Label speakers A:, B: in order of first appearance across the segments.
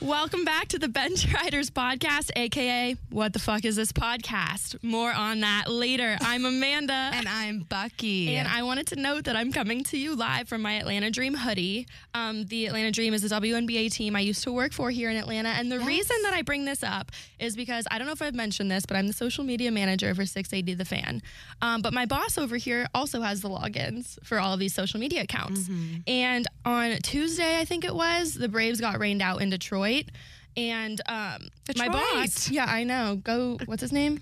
A: Welcome back to the Bench Riders podcast, aka What the Fuck Is This Podcast? More on that later. I'm Amanda.
B: And I'm Bucky.
A: And I wanted to note that I'm coming to you live from my Atlanta Dream hoodie. Um, the Atlanta Dream is a WNBA team I used to work for here in Atlanta. And the reason that I bring this up is because I don't know if I've mentioned this, but I'm the social media manager for 680 The Fan. Um, but my boss over here also has the logins for all of these social media accounts. And on Tuesday, I think it was, the Braves got rained out in Detroit. And um, my
B: Detroit.
A: boss, yeah, I know. Go, what's his name?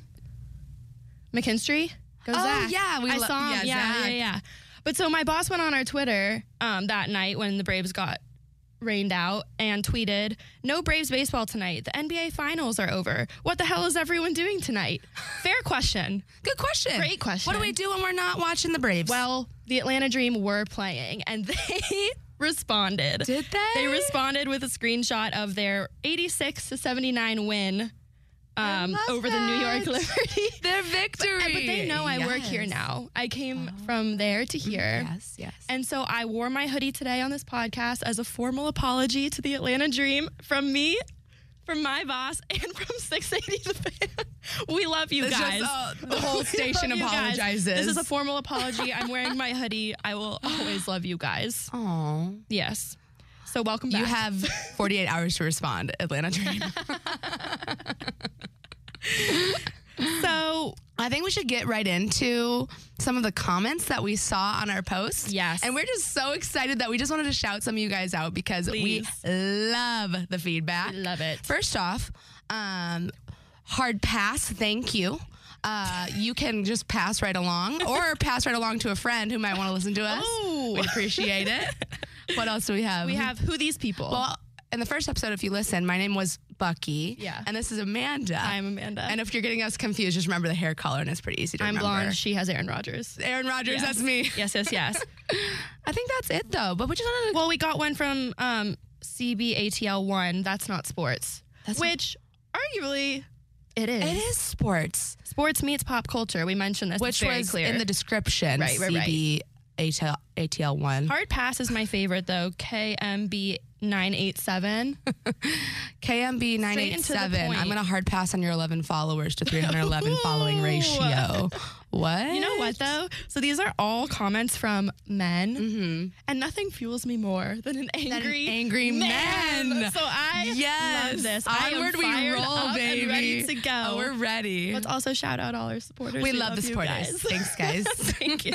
A: McKinstry? Go
B: Oh,
A: Zach.
B: yeah, we
A: I
B: lo-
A: saw him.
B: yeah,
A: Yeah, yeah,
B: Zach.
A: yeah, But so my boss went on our Twitter um, that night when the Braves got rained out and tweeted, "No Braves baseball tonight. The NBA Finals are over. What the hell is everyone doing tonight?" Fair question.
B: Good question.
A: Great question.
B: What do we do when we're not watching the Braves?
A: Well, the Atlanta Dream were playing and they responded.
B: Did they?
A: They responded with a screenshot of their 86 to 79 win um,
B: love
A: over the New York
B: that.
A: Liberty.
B: their victory.
A: But they know I work here
B: Yes. Oh. Mm-hmm.
A: now. I came from there to here.
B: Yes, yes.
A: And so I wore my hoodie today on this podcast as a formal apology to the Atlanta Dream from me, from my boss, and from 680 The Fan. We love you
B: It's
A: guys.
B: just, uh, the whole
A: We love
B: station
A: you guys. This
B: apologizes.
A: is a formal apology. I'm wearing my hoodie. I will always love you guys.
B: Aw.
A: Yes. So welcome back.
B: Oh. You have 48 hours to respond, Atlanta Dream.
A: so
B: I think we should get right into some of the comments that we saw on our post.
A: Yes.
B: And we're just so excited that we just wanted to shout some of you guys out because
A: Please.
B: we love the feedback.
A: Love it.
B: First off, um, hard pass, thank you. Uh, you can just pass right along or pass right along to a friend who might want to listen to us.
A: Oh.
B: We appreciate it. what else do we have?
A: we have who these people.
B: Mhm. Well, in the first episode, if you listen, my name was Bucky.
A: Yeah.
B: And this is Amanda.
A: I'm Amanda.
B: And if you're getting us confused, just remember the hair color, and it's pretty easy to
A: I'm
B: remember.
A: blonde. She has Aaron Rodgers.
B: Aaron Rodgers, that's me.
A: Yes, yes, yes.
B: I think that's it though. But we just wanted to.
A: Well, we got one from um, CBATL1. That's not sports.
B: That's not-
A: which arguably it is.
B: it is sports,
A: Sports meets pop culture. We mentioned this. It's
B: which
A: very
B: was
A: clear.
B: in the description.
A: Right, right, right.
B: CB ATL, one.
A: Hard pass is my favorite though. KMB nine eight seven.
B: KMB nine eight seven.
A: point.
B: I'm gonna hard pass on your 11 followers to 311 following ratio. What?
A: You know what though? So these are all comments from men, and nothing fuels me more than an angry,
B: Mm-hmm. angry
A: man.
B: man.
A: So I
B: Yes.
A: love this. I am
B: Onward we
A: fired
B: roll,
A: up and
B: baby.
A: ready to go.
B: Oh, we're ready.
A: Let's also shout out all our supporters.
B: we, love the
A: you
B: supporters.
A: guys.
B: Thanks, guys.
A: Thank you.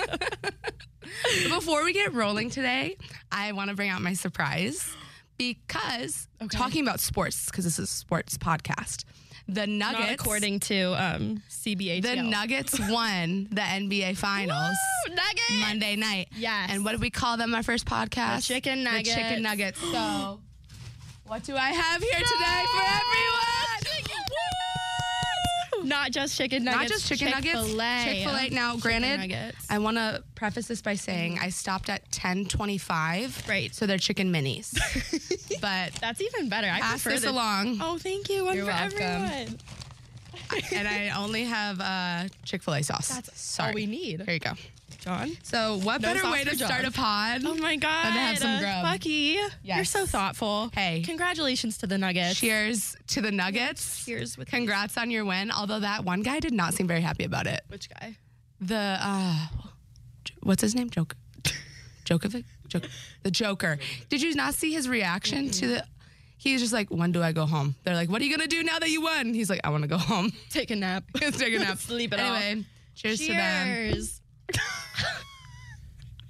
B: Before we get rolling today, I want to bring out my surprise because talking about sports, because this is a sports podcast, the
A: Not
B: Nuggets,
A: according to um, CBA.
B: the Nuggets won the NBA Finals
A: Nuggets.
B: Monday night.
A: Yes.
B: And what did we call them? Our first podcast,
A: The chicken
B: The chicken nuggets. So, what do I have here today for everyone?
A: Not just chicken nuggets.
B: Not just chicken
A: Chick-fil-A.
B: nuggets. Chick Fil A. Now, granted,
A: nuggets. Mm-hmm.
B: I want to preface this by saying I stopped at ten twenty five.
A: Right.
B: So they're chicken minis. but
A: That's even better. I
B: pass
A: prefer
B: this
A: the-
B: along,
A: Oh, thank you. One
B: You're
A: for
B: welcome.
A: everyone.
B: and I only have uh, Chick Fil A sauce.
A: That's
B: Sorry.
A: all we need.
B: There you go.
A: John.
B: So what
A: No
B: better
A: sauce
B: way
A: for
B: to
A: John.
B: start a pod?
A: Oh my God.
B: Than to have some grub.
A: Bucky, you're
B: Yes.
A: so thoughtful.
B: Hey.
A: Congratulations to the Nuggets.
B: Cheers to the Nuggets.
A: Cheers with
B: Congrats on your win. Although that one guy did not seem very happy about it.
A: Which guy?
B: the uh, what's his name? Joke, Djokovic, Jok- the Joker. Did you not see his reaction to the? He's just like, when do I go home? They're like, what are you gonna do now that you won? He's like, I want to go home.
A: Take a nap.
B: Let's take a nap.
A: Sleep it off.
B: anyway, cheers, to them.
A: Cheers.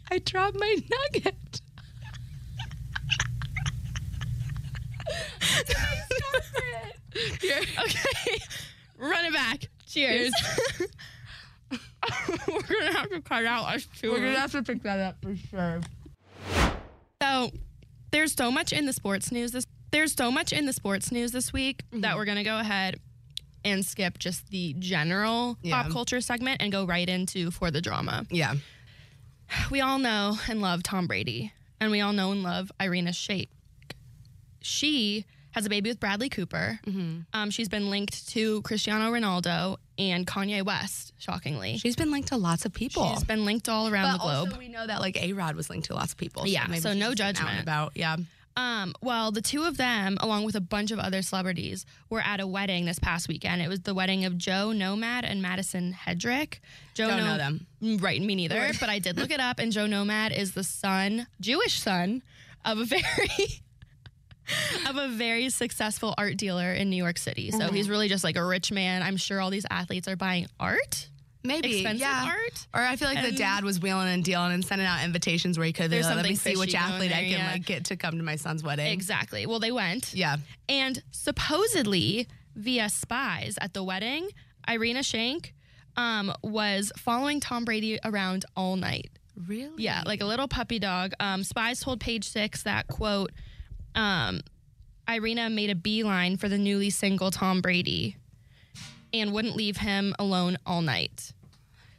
B: I dropped my nugget. Here.
A: Okay. Run it back. Cheers. We're gonna have to cut out our
B: We're gonna
A: two.
B: have to pick that up for sure.
A: So there's so much in the sports news this there's so much in the sports news this week that we're gonna go ahead and skip just the general
B: Yeah.
A: pop culture segment and go right into for the drama.
B: Yeah.
A: We all know and love Tom Brady, and we all know and love Irina Shayk. She has a baby with Bradley Cooper.
B: Mm-hmm.
A: Um, she's been linked to Cristiano Ronaldo and Kanye West. Shockingly,
B: She's been linked to lots of people.
A: she's been linked all around
B: but
A: the globe.
B: also we know that like A Rod was linked to lots of people.
A: Yeah, so
B: she's
A: no
B: just been out and
A: judgment.
B: about yeah.
A: Um, well, the two of them, along with a bunch of other celebrities, were at a wedding this past weekend. It was the wedding of Joe Nomad and Madison Hedrick. Joe
B: Don't
A: No-
B: know them.
A: Mm, Right, me neither. But I did look it up, and Joe Nomad is the son, Jewish son, of a very of a very successful art dealer in New York City. So
B: Mm-hmm.
A: he's really just like a rich man. I'm sure all these athletes are buying art,
B: Maybe
A: expensive
B: yeah.
A: art.
B: Or I feel like the
A: And-
B: dad was wheeling and dealing and sending out invitations where he could. be
A: There's
B: Like, Let me
A: something
B: see which
A: fishy going
B: athlete I
A: there,
B: can
A: yeah.
B: like get to come to my son's wedding.
A: Exactly. Well, they went.
B: yeah.
A: And supposedly, via spies at the wedding, Irina Shank um, was following Tom Brady around all night.
B: Really?
A: Yeah, like a little puppy dog. Um, spies told Page Six that, quote, um, Irina made a beeline for the newly single Tom Brady and wouldn't leave him alone all night.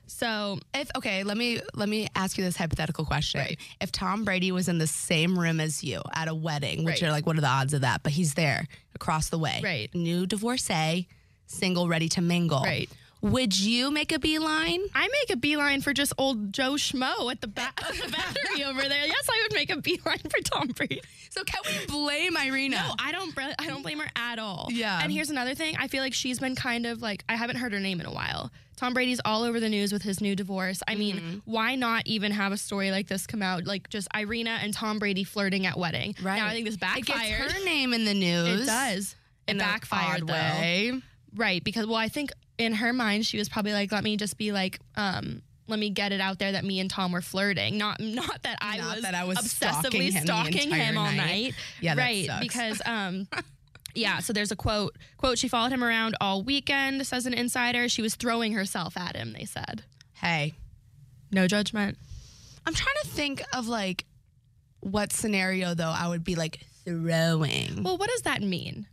A: So,
B: If okay, let me let me ask you this hypothetical question. If Tom Brady was in the same room as you at a wedding, which
A: Right.
B: are like what are the odds of that? But he's there across the way.
A: Right.
B: New divorcee, single, ready to mingle.
A: Right.
B: Would you make a beeline?
A: I make a beeline for just old Joe Schmo at the, ba- at the battery over there. Yes, I would make a beeline for Tom Brady.
B: So can we blame Irina?
A: No, I don't. br- I don't blame her at all.
B: Yeah.
A: And here's another thing. I feel like she's been kind of like I haven't heard her name in a while. Tom Brady's all over the news with his new divorce. I mean,
B: Mm-hmm.
A: why not even have a story like this come out? Like just Irina and Tom Brady flirting at wedding.
B: Right.
A: Now I think this
B: It gets
A: backfired.
B: her name in the news.
A: It does. It
B: in an
A: backfired
B: odd
A: though.
B: way.
A: Right. Because well, I think in her mind she was probably like, let me just be like, um. Let me get it out there that me and Tom were flirting. Not not that I,
B: Not
A: was,
B: that I was
A: obsessively
B: stalking him the
A: stalking
B: entire
A: him all
B: night.
A: night.
B: Yeah, that
A: right.
B: sucks.
A: Because um, yeah. So there's a quote. Quote: She followed him around all weekend. Says an insider. She was throwing herself at him. They said.
B: Hey,
A: No judgment.
B: I'm trying to think of like what scenario though I would be like throwing.
A: Well, what does that mean?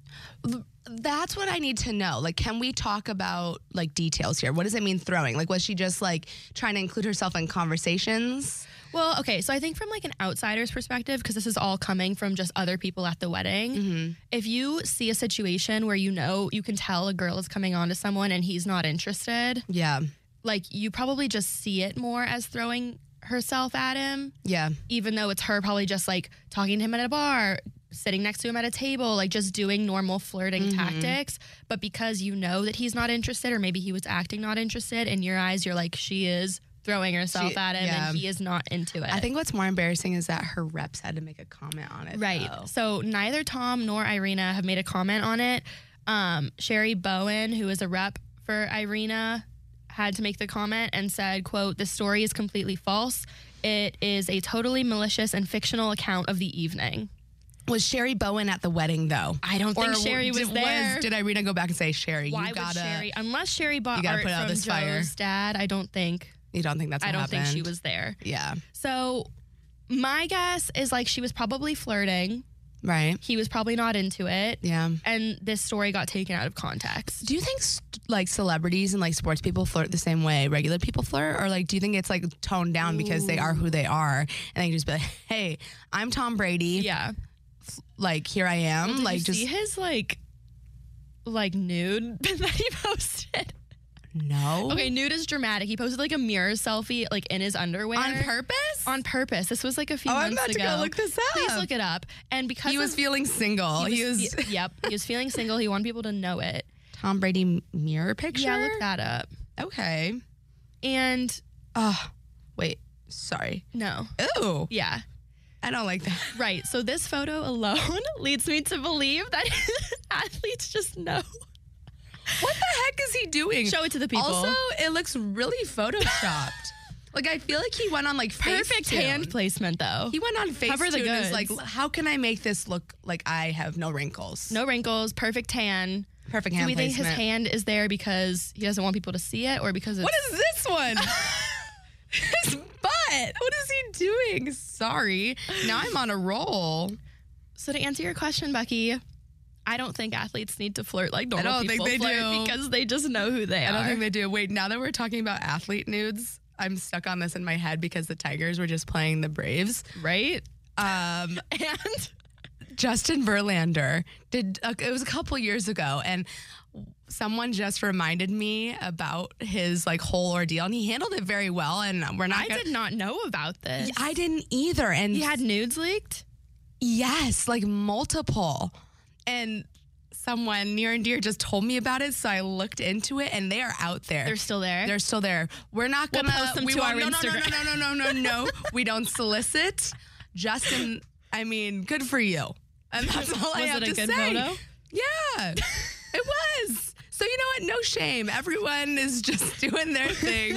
B: That's what I need to know. Like, can we talk about like details here? What does it mean throwing? Like, was she just like trying to include herself in conversations?
A: Well, okay, so I think from like an outsider's perspective, because this is all coming from just other people at the wedding,
B: Mm-hmm.
A: if you see a situation where you know you can tell a girl is coming on to someone and he's not interested,
B: Yeah,
A: like you probably just see it more as throwing herself at him,
B: yeah,
A: even though it's her probably just like talking to him at a bar, sitting next to him at a table, like just doing normal flirting
B: Mm-hmm.
A: tactics. But because you know that he's not interested, or maybe he was acting not interested, in your eyes, you're like, she is throwing herself
B: She-
A: at him
B: yeah.
A: and he is not into it.
B: I think what's more embarrassing is that her reps had to make a comment on it.
A: Right.
B: though.
A: So neither Tom nor Irina have made a comment on it. Um, Sherry Bowen, who is a rep for Irina, had to make the comment and said, quote, the story is completely false. It is a totally malicious and fictional account of the evening.
B: Was Sherry Bowen at the wedding though?
A: I don't think
B: Or
A: Sherry was
B: did,
A: there.
B: did Irina go back and say Sherry?
A: Why
B: you
A: would
B: gotta.
A: Sherry? Unless Sherry bought
B: gotta
A: art
B: put out
A: from
B: this
A: Joe's
B: fire.
A: dad, I don't think.
B: You don't think that's what
A: I don't
B: happened?
A: think she was there.
B: Yeah.
A: So my guess is like she was probably flirting.
B: Right.
A: He was probably not into it.
B: Yeah.
A: And this story got taken out of context.
B: Do you think st- like celebrities and like sports people flirt the same way regular people flirt, or like do you think it's like toned down because they are who they are and they can just be like, "Hey, I'm Tom Brady.
A: Yeah.
B: Like here I am.
A: Did
B: like
A: you
B: just
A: see his like like nude that he posted.
B: no
A: Okay, nude is dramatic. He posted like a mirror selfie like in his underwear.
B: on purpose.
A: On purpose. This was like a few
B: Oh,
A: months
B: I'm about to
A: ago.
B: go look this up.
A: Please look it up. And because
B: he was
A: of-
B: feeling single. He was,
A: y- yep. He was feeling single. He wanted people to know it.
B: Tom Brady m- mirror picture.
A: Yeah, look that up.
B: Okay.
A: And
B: Oh wait, sorry.
A: no.
B: Ooh,
A: Yeah.
B: I don't like that.
A: Right. So this photo alone leads me to believe that athletes just know.
B: What the heck is he doing?
A: Show it to the people.
B: Also, it looks really photoshopped. like I feel like he went on like
A: Perfect
B: Facetune.
A: hand placement though.
B: He went on
A: Cover
B: Facebook
A: the
B: and was like,
A: goods.
B: "How can I make this look like I have no wrinkles?
A: No wrinkles, perfect tan.
B: perfect
A: Do
B: hand
A: we think his
B: placement."
A: hand is there because he doesn't want people to see it or because it's
B: what is this one? his butt. What is he doing? Sorry. Now I'm on a roll.
A: So to answer your question, Becky, I don't think athletes need to flirt like normal
B: don't think
A: people
B: they
A: flirt
B: do.
A: because they just know who they
B: I
A: are.
B: don't think they do. Wait, now that we're talking about athlete nudes, I'm stuck on this in my head because the Tigers were just playing the Braves.
A: right?
B: Um,
A: And
B: Justin Verlander did. Uh, it was a couple years ago, and someone just reminded me about his like whole ordeal, and he handled it very well. And we're not.
A: I
B: gonna-
A: did not know about this.
B: I didn't either. And
A: He had nudes leaked.
B: Yes, like multiple. And someone near and dear just told me about it, so I looked into it, and they are out there.
A: They're still there.
B: They're still there. We're not
A: We'll
B: gonna.
A: post them to
B: won't-
A: our
B: no, no,
A: Instagram.
B: no, no, no, no, no, no. we don't solicit. Justin, I mean, good for you. And that's all I
A: Was
B: have
A: it a
B: to
A: good
B: say.
A: photo?
B: Yeah, it was. So you know what? No shame. Everyone is just doing their thing.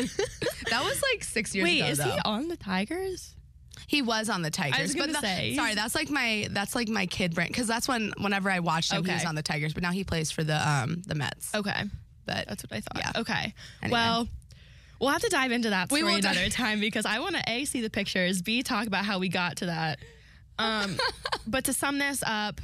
B: that was like six years
A: Wait,
B: ago.
A: is
B: though.
A: he on the Tigers?
B: He was on the Tigers.
A: I was gonna
B: but the-
A: say.
B: Sorry, that's like my that's like my kid brand because that's when whenever I watched him, he was
A: Okay.
B: on the Tigers. But now he plays for the um the Mets.
A: Okay,
B: But
A: that's what I thought.
B: Yeah.
A: Okay.
B: Anyway.
A: Well, we'll have to dive into that
B: We
A: story
B: will
A: another
B: dive-
A: time because I want to a see the pictures, b talk about how we got to that. Um, but to sum this up,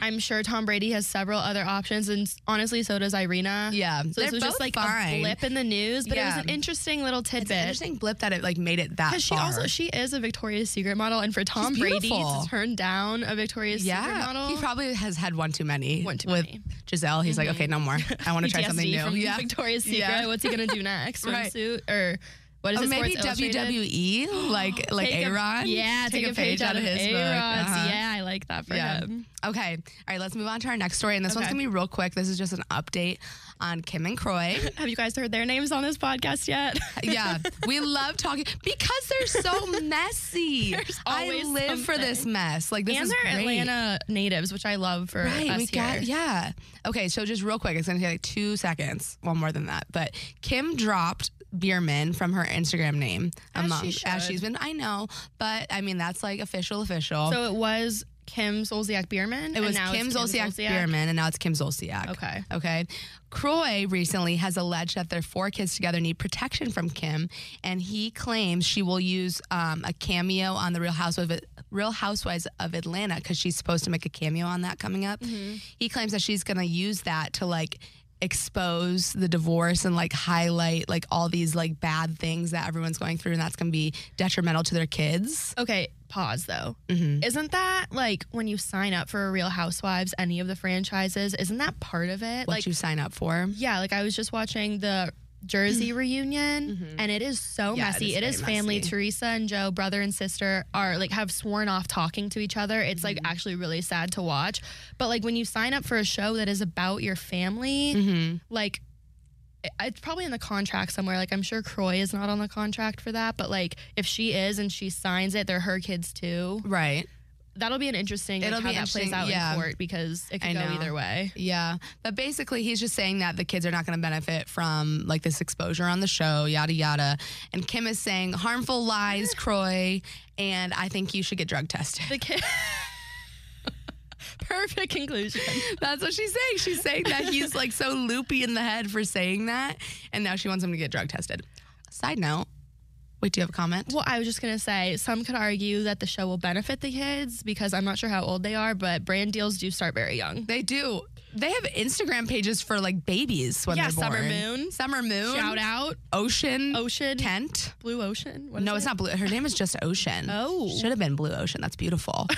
A: I'm sure Tom Brady has several other options, and s- honestly, so does Irina.
B: yeah,
A: So this
B: they're
A: was just
B: both
A: like
B: fine.
A: a blip in the news, but it
B: Yeah.
A: was an interesting little
B: It's an
A: tidbit.
B: interesting blip that it like made it that far.
A: Because she also she is a Victoria's Secret model, and for Tom Brady to
B: beautiful.
A: turn down a Victoria's Secret
B: yeah,
A: model,
B: he probably has had one too many.
A: One too
B: with
A: many. Mm-hmm.
B: Giselle. He's like, okay, no more. I want to try
A: PTSD
B: something new.
A: from
B: yeah,
A: Victoria's Secret.
B: Yeah.
A: What's he gonna do next?
B: Right.
A: Swimsuit or what is
B: Or
A: it?
B: maybe
A: Sports Illustrated?
B: WWE, like like
A: Take
B: A Rod.
A: Yeah, take, a, page, out of his
B: book. Uh-huh.
A: Yeah, I like that for
B: Yeah.
A: him.
B: Okay. All right. Let's move on to our next story. And this one's
A: Okay.
B: going to be real quick. This is just an update on Kim and Croy.
A: Have you guys heard their names on this podcast yet?
B: yeah. We love talking because they're so messy. I live
A: always
B: for this
A: something.
B: mess. Like, this
A: and
B: is
A: they're
B: great.
A: Atlanta natives, which I love for
B: Right,
A: us
B: we
A: here.
B: got yeah. Okay, so just real quick, it's gonna take like two seconds, well more than that. But Kim dropped Bierman from her Instagram name
A: As she
B: as
A: should.
B: she's been. I know, but I mean that's like official, official.
A: So it was Kim Zolciak Bierman.
B: it
A: and
B: was
A: now
B: Kim
A: it's
B: Zolciak Bierman, and now it's Kim Zolciak.
A: Okay.
B: Okay. Croy recently has alleged that their four kids together need protection from Kim, and he claims she will use um, a cameo on the Real Housewives of, Real Housewives of Atlanta because she's supposed to make a cameo on that coming
A: Mm-hmm.
B: up. He claims that she's going to use that to like expose the divorce and like highlight like all these like bad things that everyone's going through and that's going to be detrimental to their kids.
A: Okay, pause though.
B: Mhm.
A: Isn't that like when you sign up for a Real Housewives, any of the franchises? Isn't that part of it?
B: What
A: like,
B: you sign up for.
A: yeah, like I was just watching the Jersey reunion, and it is so
B: Mm-hmm. Yeah, it
A: messy.
B: is
A: It is,
B: very
A: family.
B: messy.
A: Teresa and Joe, brother and sister, are like have sworn off talking to each other. It's
B: Mm-hmm.
A: like actually really sad to watch. But like when you sign up for a show that is about your family,
B: Mhm.
A: like it- it's probably in the contract somewhere. Like I'm sure Croy is not on the contract for that, but like if she is and she signs it, they're her kids too.
B: Right.
A: That'll be an interesting. like,
B: It'll
A: how
B: be
A: that plays
B: interesting,
A: out
B: yeah.
A: in court because it
B: I
A: could go
B: know.
A: either way.
B: Yeah, but basically, he's just saying that the kids are not going to benefit from like this exposure on the show, yada yada. And Kim is saying harmful lies, Croy, and I think you should get drug tested.
A: The kid. Perfect conclusion.
B: That's what she's saying. She's saying that he's like so loopy in the head for saying that, and now she wants him to get drug tested. Side note, wait, do you have a comment?
A: Well, I was just gonna say some could argue that the show will benefit the kids because I'm not sure how old they are, but brand deals do start very young.
B: They do. They have Instagram pages for like babies when
A: Yeah,
B: they're born.
A: Summer Moon.
B: Summer Moon.
A: Shout out
B: Ocean.
A: Ocean,
B: Kent.
A: Blue Ocean. What is
B: No,
A: it?
B: it's not blue. Her name is just Ocean.
A: Oh.
B: Should have been Blue Ocean. That's beautiful.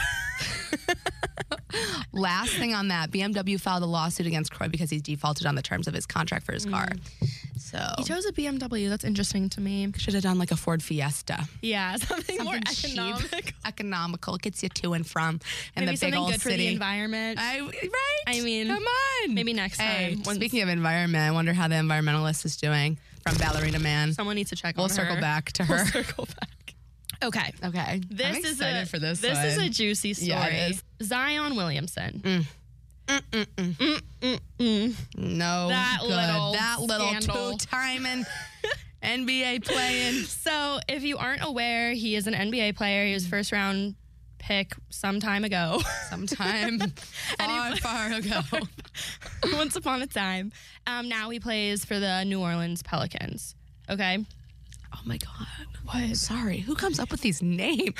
B: Last thing on that BMW filed a lawsuit against Croy because he's defaulted on the terms of his contract for his
A: Hmm.
B: car. So
A: He chose a BMW. That's interesting to me.
B: should have done like a Ford Fiesta.
A: Yeah, something, more
B: Something cheap.
A: economic.
B: Economical gets you to and from
A: Maybe
B: in the big
A: something
B: old
A: good for
B: city.
A: the environment.
B: I, right?
A: I mean,
B: come on.
A: maybe next
B: Hey,
A: time, once-
B: speaking of environment, I wonder how the environmentalist is doing from Ballerina Man.
A: Someone needs to check
B: We'll
A: on
B: circle
A: her.
B: back to
A: We'll
B: her.
A: circle back. Okay.
B: Okay.
A: This
B: I'm
A: is
B: excited
A: a
B: for this.
A: is
B: one.
A: a juicy story.
B: Yeah, it is.
A: Zion Williamson.
B: No,
A: That
B: good.
A: little
B: that little
A: scandal.
B: two-timing NBA playing.
A: So, if you aren't aware, he is an NBA player. He was first round pick some time ago.
B: Sometime far, far ago.
A: Once upon a time. Um, now he plays for the New Orleans Pelicans. Okay.
B: Oh my god! What? Sorry, who comes up with these names?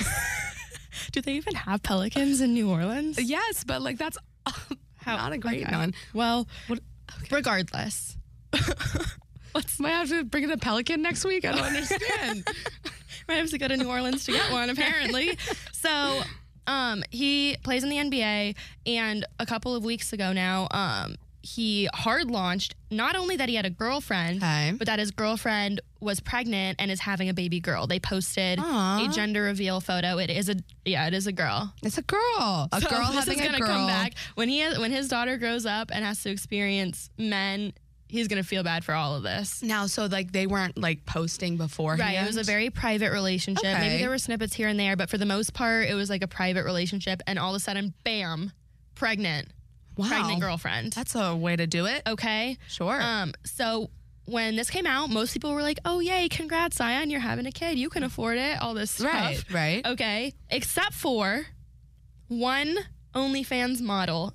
A: Do they even have pelicans in New Orleans?
B: Yes, but like that's not a great
A: Okay.
B: one.
A: Well, regardless,
B: Let's might have to bring in a pelican next week. I don't understand.
A: might have to go to New Orleans to get one, apparently. So um, he plays in the NBA, and a couple of weeks ago now, um, he hard launched not only that he had a girlfriend,
B: Okay.
A: but that his girlfriend was pregnant and is having a baby girl. They posted
B: Aw.
A: a gender reveal photo. It is a yeah, it is a girl.
B: it's a girl. A
A: So
B: girl
A: this
B: having
A: is
B: a
A: gonna
B: girl.
A: come back when he has, when his daughter grows up and has to experience men. He's gonna feel bad for all of this.
B: Now, so like they weren't like posting beforehand.
A: Right. It was a very private relationship.
B: Okay.
A: Maybe there were snippets here and there, but for the most part, it was like a private relationship. And all of a sudden, bam, pregnant,
B: wow.
A: pregnant girlfriend.
B: That's a way to do it.
A: okay.
B: Sure.
A: Oh, Um. So when this came out, most people were like, "Oh yay, congrats, Zion! You're having a kid. You can afford it. All this stuff."
B: right. Right.
A: Okay. Except for one OnlyFans model.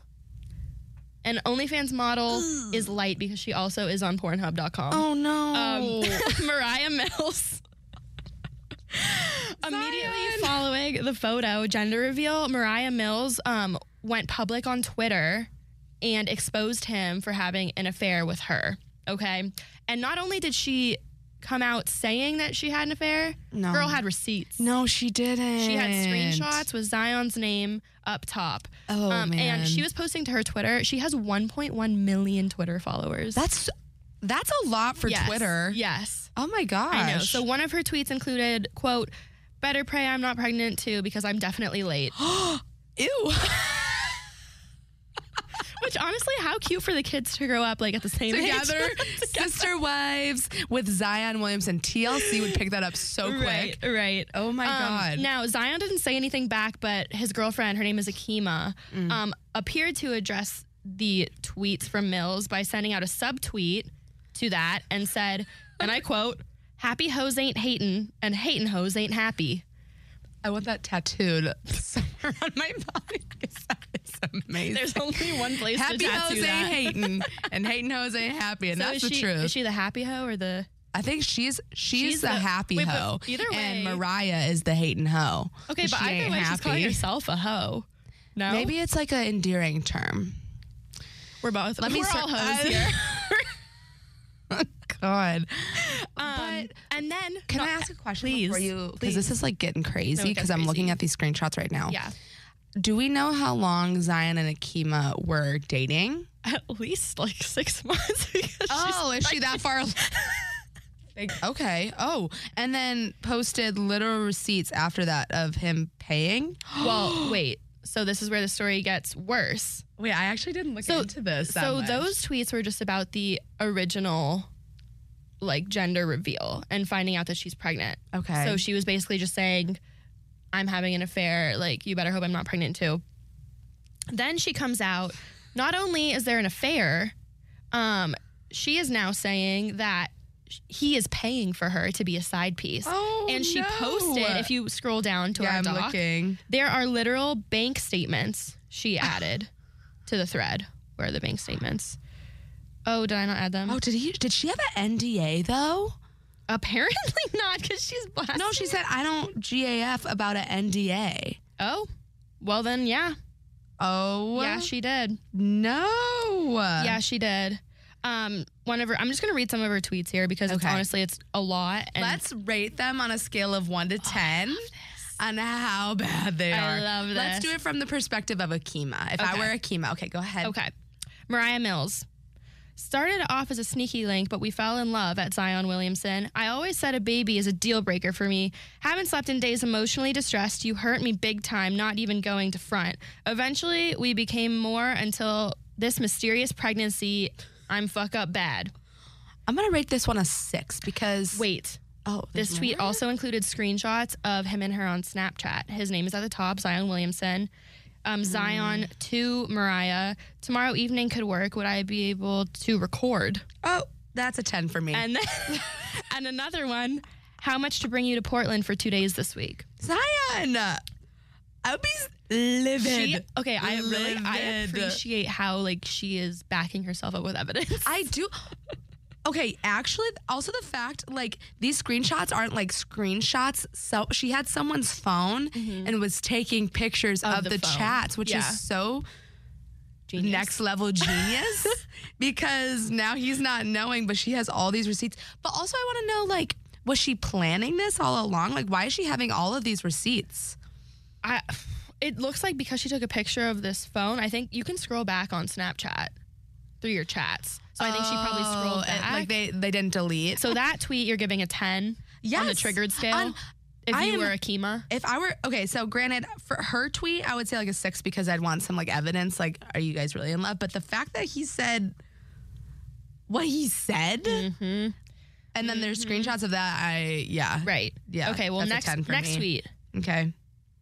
A: And OnlyFans model is light because she also is on Pornhub.com.
B: Oh no.
A: Um, Mariah Mills. Immediately
B: Zion.
A: following the photo gender reveal, Mariah Mills um, went public on Twitter and exposed him for having an affair with her. Okay. And not only did she come out saying that she had an affair,
B: No.
A: girl had receipts.
B: no, she didn't.
A: She had screenshots with Zion's name up top. Um,
B: Oh man.
A: And she was posting to her Twitter. She has 1.1 million Twitter followers.
B: That's that's a lot for
A: Yes,
B: Twitter.
A: Yes.
B: Oh my gosh.
A: I know. So one of her tweets included, quote, better pray I'm not pregnant too because I'm definitely late.
B: ew.
A: Which honestly, how cute for the kids to grow up like at the same age.
B: Together, sister wives with Zion Williamson. TLC would pick that up so quick.
A: right, right.
B: Oh my
A: Um,
B: god.
A: Now, Zion didn't say anything back, but his girlfriend, her name is Akima, um, appeared to address the tweets from Mills by sending out a subtweet to that and said, and I quote, Happy hoes ain't hatin', and hatin' hoes ain't happy.
B: I want that tattooed somewhere on my body. 'cause That is amazing.
A: There's only one place
B: happy
A: to tattoo
B: Jose
A: that.
B: hating and hating Jose happy, and
A: So
B: that's
A: is
B: the
A: she,
B: truth.
A: Is she the happy hoe or the?
B: I think she's she's,
A: She's
B: the,
A: the-
B: happy
A: wait, but
B: hoe.
A: either
B: and
A: way-
B: Mariah is the hating hoe.
A: Okay,
B: 'Cause
A: but
B: she
A: either
B: ain't
A: way, she's
B: happy.
A: calling herself a hoe. No,
B: Maybe it's like an endearing term.
A: we're both. Let
B: me
A: we're
B: ser-
A: all hoes
B: I-
A: here.
B: God.
A: Um, and then
B: Can I ask a question before
A: please,
B: you? Because this is like getting crazy.
A: gets
B: Because I'm looking
A: crazy.
B: at these screenshots right now.
A: Yeah,
B: Do we know how long Zion and Akima were dating?
A: at least like six months. because
B: Oh, is she that far? Like, okay. Oh, and then posted literal receipts after that of him paying.
A: she's- well, wait. So this is where the story gets worse.
B: Wait, I actually didn't look into this.
A: so those tweets were just about the original, like gender reveal and finding out that she's pregnant.
B: okay.
A: So she was basically just saying, I'm having an affair. Like, you better hope I'm not pregnant too. Then she comes out. Not only is there an affair, um, she is now saying that sh- he is paying for her to be a side piece.
B: Oh,
A: and she
B: no.
A: posted, if you scroll down to
B: yeah,
A: our
B: I'm
A: doc,
B: looking.
A: there are literal bank statements she added to the thread. Where are the bank statements? Oh, did I not add them?
B: Oh, did he? Did she have an NDA though?
A: Apparently not, because she's blasting.
B: No, she said I don't GAF about an NDA.
A: Oh, well then, yeah,
B: Oh,
A: yeah, she did.
B: no. uh,
A: yeah, she did. Um, one of her. I'm just gonna read some of her tweets here because it's,
B: Okay.
A: honestly, it's a lot. And Oh,
B: Let's rate them on a scale of one to ten on how bad they
A: I
B: are.
A: love
B: Let's
A: this.
B: do it from the perspective of Akima. If I
A: Okay.
B: were Akima, okay, go ahead.
A: okay, Mariah Mills. Started off as a sneaky link, but we fell in love at Zion Williamson. I always said a baby is a deal breaker for me. Haven't slept in days, emotionally distressed. You hurt me big time, not even going to front. Eventually, we became more until this mysterious pregnancy. I'm fuck up bad.
B: I'm gonna rate this one a six because
A: Wait,
B: Oh, there's
A: This tweet
B: more?
A: also included screenshots of him and her on Snapchat. His name is at the top, Zion Williamson. Um, Zion to Mariah. Tomorrow evening could work. Would I be able to record?
B: Oh, that's a ten for me.
A: And then, and another one. How much to bring you to Portland for two days this week?
B: Zion, I'll be livid.
A: She, okay, I really I
B: Livid.
A: appreciate how like she is backing herself up with evidence.
B: I do. Okay, actually, also the fact like these screenshots aren't like screenshots. So she had someone's phone and was taking pictures of,
A: Mm-hmm. the
B: the,
A: phone.
B: chats, which
A: Yeah.
B: is so
A: Genius.
B: next level genius because now he's not knowing, but she has all these receipts. But also, I want to know like, was she planning this all along? Like, why is she having all of these receipts?
A: I, it looks like because she took a picture of this phone, I think you can scroll back on Snapchat through your chats. So I think she probably
B: Oh,
A: scrolled
B: and,
A: back.
B: Like they they didn't delete.
A: so that tweet, you're giving a 10 on the
B: Yes.
A: triggered scale.
B: On-
A: if
B: I
A: you
B: am-
A: were a Kima.
B: If I were okay, so granted, for her tweet, I would say like a six because I'd want some like evidence, like, are you guys really in love? But the fact that he said what he said,
A: Mm-hmm.
B: and then there's screenshots of that, I yeah,
A: Right.
B: Yeah,
A: Okay, well,
B: that's a
A: next,
B: 10 for
A: next
B: me.
A: tweet.
B: okay,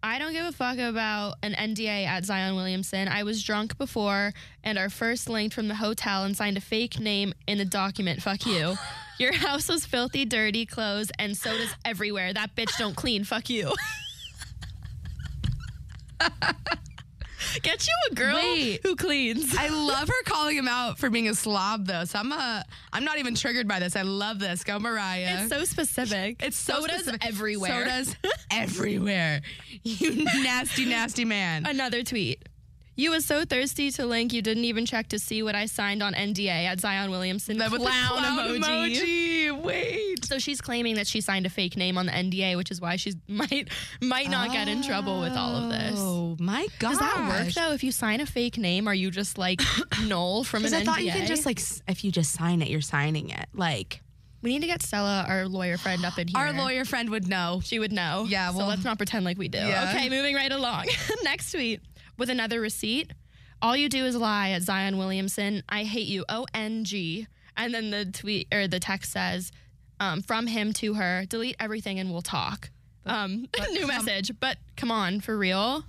A: I don't give a fuck about an NDA at Zion Williamson. I was drunk before and are first linked from the hotel and signed a fake name in a document. Fuck you. Your house was filthy, dirty, clothes, and sodas everywhere. That bitch don't clean. Fuck you. Get you a girl
B: Wait.
A: who cleans.
B: I love her calling him out for being a slob though. So I'm a, I'm not even triggered by this. I love this. Go Mariah.
A: It's so specific.
B: It's so
A: sodas
B: specific.
A: everywhere.
B: Sodas everywhere. You nasty, nasty man.
A: Another tweet. You was so thirsty to link, you didn't even check to see what I signed on NDA at Zion Williamson.
B: That with the
A: Clown
B: emoji. Wait.
A: So she's claiming that she signed a fake name on the NDA, which is why she might might not get in trouble with all of this.
B: Oh my god!
A: Does that work though? If you sign a fake name, are you just like null from an
B: Because I
A: NDA?
B: thought you can just like s- if you just sign it, you're signing it. Like
A: we need to get Stella, our lawyer friend, up in here.
B: our lawyer friend would know.
A: She would know.
B: Yeah,
A: so
B: well-
A: let's not pretend like we do.
B: Yeah.
A: Okay, moving right along. Next tweet with another receipt. All you do is lie at Zion Williamson. I hate you. O N G. And then the tweet or the text says, um, from him to her, delete everything and we'll talk. um, new message. But come on, for real?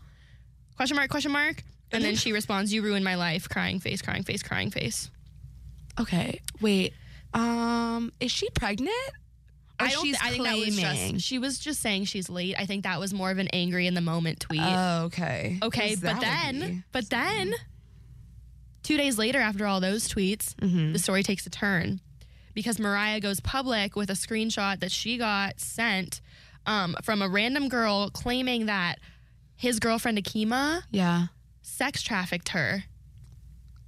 A: Question mark? Question mark? And then she responds, "You ruined my life." Crying face. Crying face. Crying face.
B: Okay, wait. Um, is she pregnant? Or
A: I don't.
B: she's
A: I think that was
B: claiming?
A: just. She was just saying she's late. I think that was more of an angry in the moment tweet.
B: Oh, okay.
A: Okay,
B: 'Cause
A: but
B: that would
A: then,
B: be-
A: but then, two days later, after all those tweets,
B: Mm-hmm.
A: the story takes a turn because Mariah goes public with a screenshot that she got sent um, from a random girl claiming that his girlfriend Akima
B: yeah.
A: sex trafficked her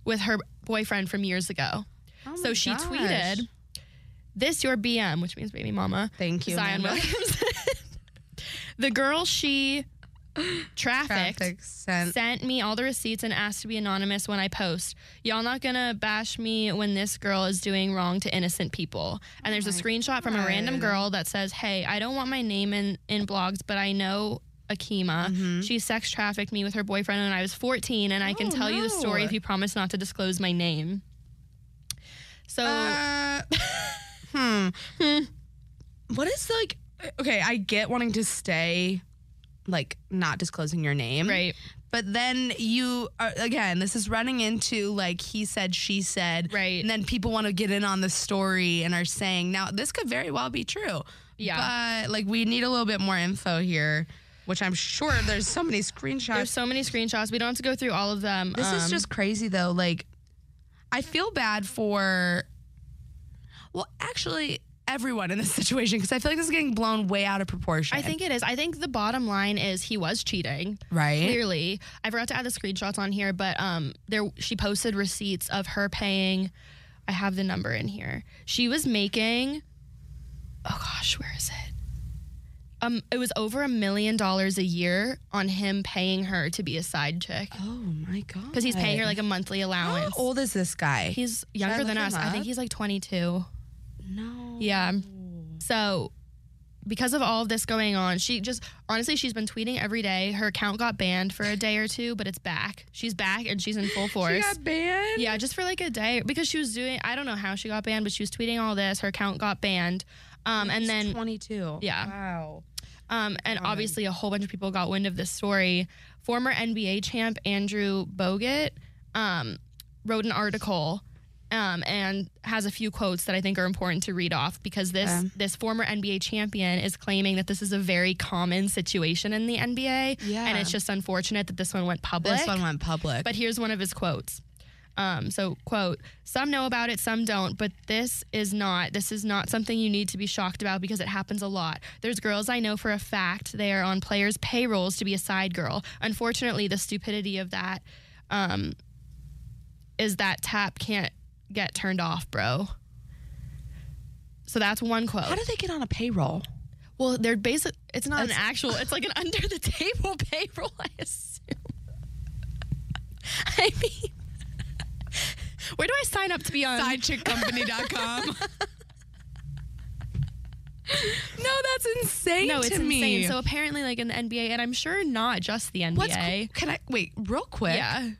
A: with her boyfriend from years ago.
B: Oh
A: so
B: my
A: she
B: gosh.
A: tweeted, "This your BM," which means baby mama.
B: Thank you,
A: Zion
B: Amanda.
A: Williams. the girl she trafficked
B: Traffic sent.
A: sent me all the receipts and asked to be anonymous when I post. Y'all not gonna bash me when this girl is doing wrong to innocent people. And
B: Oh
A: there's a screenshot from a random girl that says, Hey, I don't want my name in, in blogs, but I know Akima. She sex trafficked me with her boyfriend when I was 14, and I can
B: Mm-hmm. Oh,
A: tell you the story
B: no.
A: if you promise not to disclose my name. So
B: Uh, hmm. What is like? Okay, I get wanting to stay, like not disclosing your name,
A: Right.
B: But then you are again. This is running into like he said, she said,
A: Right.
B: And then people want to get in on the story and are saying now this could very well be true.
A: Yeah.
B: but like we need a little bit more info here, which I'm sure there's so many screenshots.
A: there's so many screenshots. We don't have to go through all of them.
B: This is
A: Um,
B: just crazy though. Like, I feel bad for, well, actually, everyone in this situation because I feel like this is getting blown way out of proportion.
A: I think it is. I think the bottom line is he was cheating.
B: right.
A: clearly i forgot to add the screenshots on here but um there she posted receipts of her paying i have the number in here she was making oh gosh where is it um it was over a million dollars a year on him paying her to be a side chick
B: Oh my god.
A: because he's paying her like a monthly
B: How
A: allowance
B: old is this guy?
A: he's
B: I
A: younger
B: look
A: than
B: him
A: us i think
B: up?
A: he's like 22
B: no.
A: yeah. So because of all of this going on, she just honestly she's been tweeting every day. Her account got banned for a day or two, but it's back. She's back and she's in full force.
B: She got banned.
A: yeah, just for like a day because she was doing I don't know how she got banned, but she was tweeting all this. Her account got banned. Um, and then
B: twenty-two.
A: Yeah.
B: Wow.
A: um, and obviously, a whole bunch of people got wind of this story. Former NBA champ Andrew Bogut um, wrote an article um, and has a few quotes that I think are important to read off because this this former NBA champion is claiming that this is a very common situation in the NBA,
B: Yeah.
A: and it's just unfortunate that this one went public.
B: This one went public.
A: But here's one of his quotes Um, so, quote, some know about it, some don't, but this is not. This is not something you need to be shocked about because it happens a lot. There's girls I know for a fact they are on players' payrolls to be a side girl. Unfortunately, the stupidity of that um, is that tap can't get turned off, bro. So that's one quote.
C: How do they get on a payroll?
A: well, they're basic. It's not an
C: That's-
A: actual. It's like an under the table payroll. I assume. I mean, where do I sign up to be on?
B: Sidechickcompany.com. no, that's insane
A: no, it's
B: to me.
A: insane. So apparently, like in the NBA, and I'm sure not just the NBA.
B: What's cool- can I wait real quick?
A: yeah,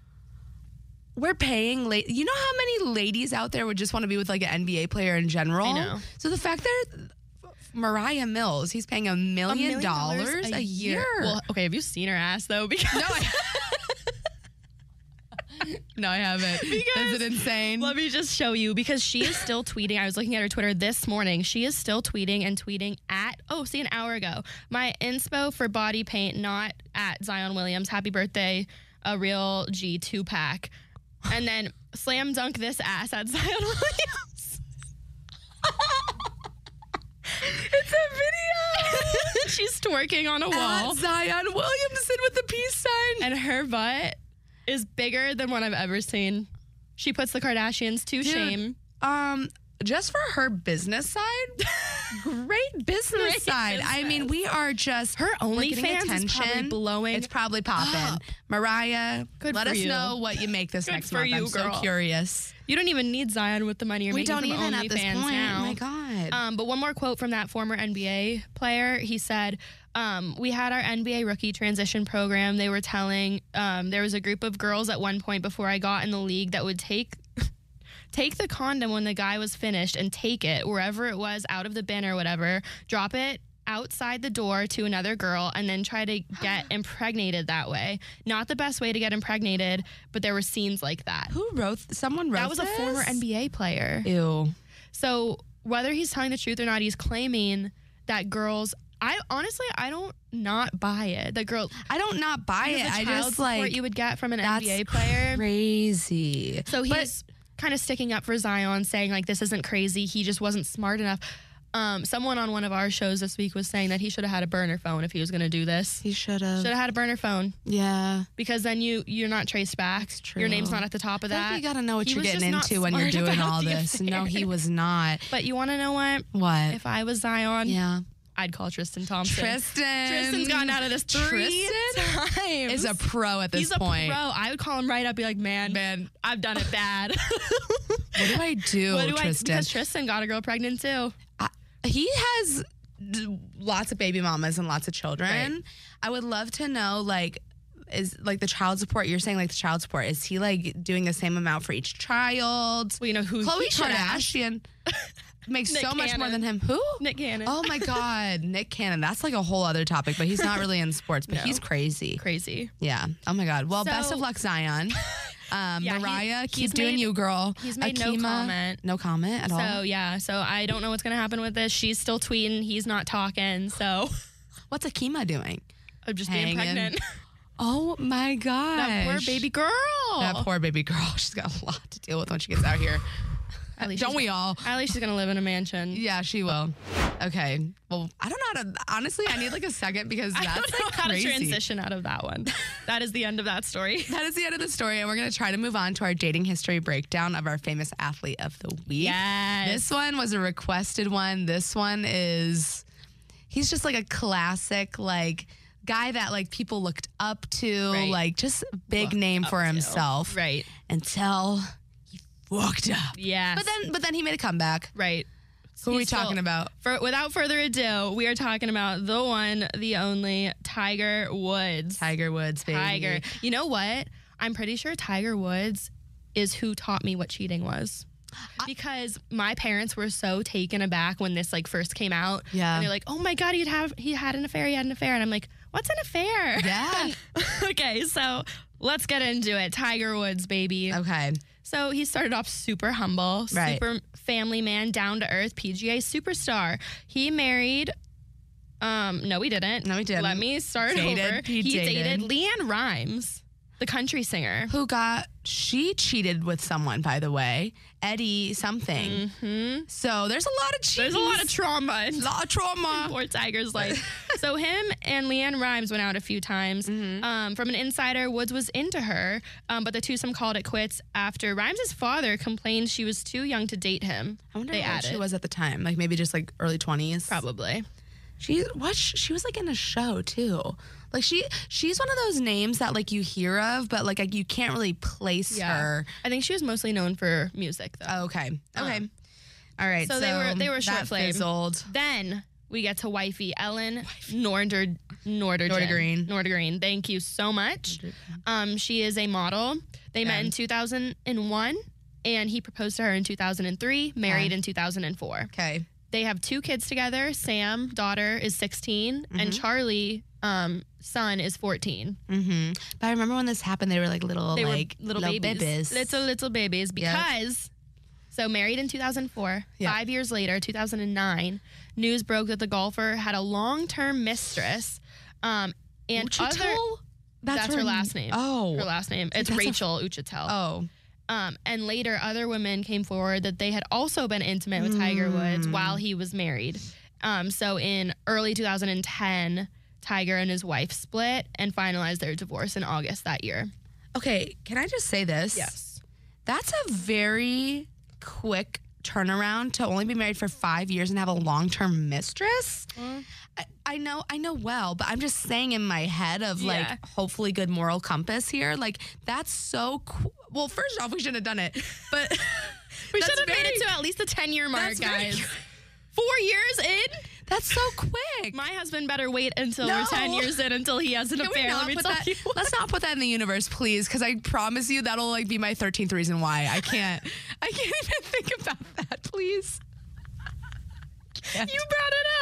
B: We're paying late. You know how many ladies out there would just want to be with like an NBA player in general.
A: I know.
B: So the fact that Mariah Mills, he's paying a million, dollars a year.
A: Well, okay. Have you seen her ass though? Because
B: no, I, no, I haven't.
A: Because-
B: Is it insane?
A: Let me just show you because she is still tweeting. I was looking at her Twitter this morning. She is still tweeting and tweeting at, oh, see, an hour ago. My inspo for body paint, not at Zion Williams. Happy birthday, a real G two pack. And then slam dunk this ass at Zion Williams. it's a video. She's twerking on a
B: At
A: wall,
B: Zion Williamson with the peace sign.
A: and her butt is bigger than one I've ever seen. She puts the Kardashians to shame.
B: Um, just for her business side, great business
A: Great
B: side. I mean, we are just her
A: only fans is probably blowing
B: It's probably popping. Mariah,
A: Good
B: let
A: for
B: us
A: you.
B: know what you make this
A: Good
B: next
A: for
B: month.
A: you,
B: I'm
A: girl.
B: so curious.
A: You don't even need Zion with the money you're
B: we
A: making
B: don't
A: from
B: even at this
A: OnlyFans
B: point.
A: now.
B: My God.
A: Um, but one more quote from that former NBA player. He said, um, "We had our NBA rookie transition program. They were telling um, there was a group of girls at one point before I got in the league that would take." Take the condom when the guy was finished and take it wherever it was out of the bin or whatever, drop it outside the door to another girl, and then try to get impregnated that way. Not the best way to get impregnated, but there were scenes like that.
B: Who wrote? Someone wrote
A: That was a former
B: this?
A: NBA player.
B: Ew.
A: So whether he's telling the truth or not, he's claiming that girls. I honestly, I don't not buy it. The girl,
B: I don't not buy
A: the
B: it. I
A: child
B: just
A: support
B: like
A: you would get from an
B: that's
A: NBA player.
B: crazy.
A: So he's kind of sticking up for Zion, saying like this isn't crazy. He just wasn't smart enough. Um, someone on one of our shows this week was saying that he should have had a burner phone if he was going to do this.
B: He should
A: Should
B: have.
A: have had a burner phone
B: Yeah.
A: because then you you're not traced back.
B: true.
A: Your name's not at the top of
B: I
A: that.
B: think you got to know what
A: He
B: you're
A: was
B: getting
A: just not
B: into when you're
A: smart
B: doing
A: about
B: all
A: the
B: this. No, he
A: affair.
B: was not.
A: But you want to know what?
B: What?
A: If I was Zion,
B: yeah.
A: I'd call Tristan Thompson.
B: Tristan.
A: Tristan's gotten out of this three
B: Um, Tristan
A: times.
B: is a pro at this
A: He's a
B: point.
A: pro. I would call him right up, be like, man,
B: Man,
A: I've done it bad.
B: what do I do,
A: what do I?
B: Tristan?
A: Because Tristan got a girl pregnant too.
B: I- he has d- lots of baby mamas and lots of children. I would love to know, like, is like the child support you're saying, like the child support is he like doing the same amount for each child?
A: Well, you know who?
B: Chloe
A: he could ask.
B: Kardashian makes
A: Nick
B: so much more
A: Cannon.
B: than him. Who?
A: Nick Cannon.
B: Oh my God, Nick Cannon. That's like a whole other topic, but he's not really in sports, but
A: No.
B: he's crazy.
A: crazy.
B: Yeah. Oh my God. Well, best
A: So-
B: of luck, Zion. Um,
A: Yeah, he-
B: Mariah,
A: he's
B: keep doing
A: made-
B: you, girl.
A: he's made no comment.
B: No comment at
A: So
B: all.
A: yeah, so I don't know what's gonna happen with this. She's still tweeting. He's not talking. So
B: What's Akima doing?
A: I'm just being
B: Hanging.
A: pregnant.
B: Oh my God.
A: that poor baby girl.
B: That poor baby girl. She's got a lot to deal with when she gets out here.
A: At least
B: Don't
A: she's-
B: we all?
A: At least she's gonna live in a mansion.
B: Yeah, she will. Okay. Well, I don't know how to. Honestly, I need like a second because that's
A: I don't know
B: like,
A: how
B: crazy.
A: to transition out of that one. that is the end of that story.
B: That is the end of the story, and we're going to try to move on to our dating history breakdown of our famous athlete of the week.
A: Yes.
B: This one was a requested one. This one is he's just like a classic like guy that like people looked up to,
A: Right.
B: like just big name for himself
A: Right.
B: until he fucked up.
A: Yeah.
B: But then but then he made a comeback.
A: right.
B: Who are we
A: He's still-
B: talking about?
A: For, without further ado, we are talking about the one, the only Tiger Woods.
B: Tiger Woods, baby.
A: Tiger. You know what? I'm pretty sure Tiger Woods is who taught me what cheating was. Because my parents were so taken aback when this like first came out.
B: Yeah.
A: And they're like, oh my God, he'd have he had an affair, he had an affair. And I'm like, what's an affair?
B: Yeah.
A: okay, so let's get into it. Tiger Woods, baby.
B: okay.
A: So he started off super humble,
B: Right.
A: super family man, down to earth, PGA superstar. He married. Um, no, he didn't.
B: No, he didn't.
A: Let me start
B: Dated.
A: over.
B: He dated.
A: dated Leanne Rhymes, the the country singer.
B: who got she cheated with someone by the way eddie something
A: Mm-hmm.
B: so there's a lot of cheating
A: There's a lot of trauma in
B: lot of trauma
A: poor Tiger's life. so him and Leanne Rhymes went out a few times.
B: Mm-hmm.
A: Um, from an insider, Woods was into her, um, but the twosome called it quits after Rhymes' father complained she was too young to date him.
B: i wonder
A: they
B: how old she
A: added.
B: was at the time like maybe just like early 20s
A: Probably.
B: she what sh- she was like in a show too like she she's one of those names that like you hear of but like, like you can't really place her Uh.
A: I think she was mostly known for music though.
B: okay okay all right
A: so they were- they were
B: that
A: short flame.
B: fizzled.
A: Then we get to wifey Ellen Norder Nordergen.
B: Nordergreen.
A: Nordergreen. Thank you so much. Um, she is a model. They met in 2001, and he proposed to her in 2003. Married in 2004.
B: okay
A: They have two kids together. Sam, daughter, is 16, and Charlie, um, son, is 14.
B: mm-hmm but i remember when this happened they were like little
A: They
B: like
A: were little babies,
B: babies.
A: little little babies, because. So married in 2004.
B: Yeah.
A: Five years later, 2009, news broke that the golfer had a long-term mistress, um, and
B: Uchitel?
A: other.
B: That's,
A: That's her last name.
B: Oh.
A: Her last name. It's
B: That's a-
A: Rachel Uchitel.
B: oh.
A: Um, and later, other women came forward that they had also been intimate with Tiger
B: Mm.
A: Woods while he was married. Um, so in early 2010, Tiger and his wife split and finalized their divorce in August that year.
B: Okay, can I just say this? That's a very quick turnaround to only be married for 5 years and have a long-term mistress.
A: Mm.
B: I, I know I know well, but I'm just saying in my head of
A: Yeah.
B: like hopefully good moral compass here, like that's so qu- well, first off, we shouldn't have done it. But
A: We
B: that's
A: should have made
B: very-
A: it to at least the 10 year mark,
B: that's very
A: guys.
B: quick.
A: Four years in?
B: That's so quick.
A: My husband better wait until
B: No.
A: we're 10 years in until he has an
B: Can we
A: affair.
B: not
A: Let me
B: put
A: tell
B: that-
A: you.
B: Let's not put that in the universe, please, because I promise you that'll like be my thirteenth reason why I can't. I can't even think about that, please.
A: You brought it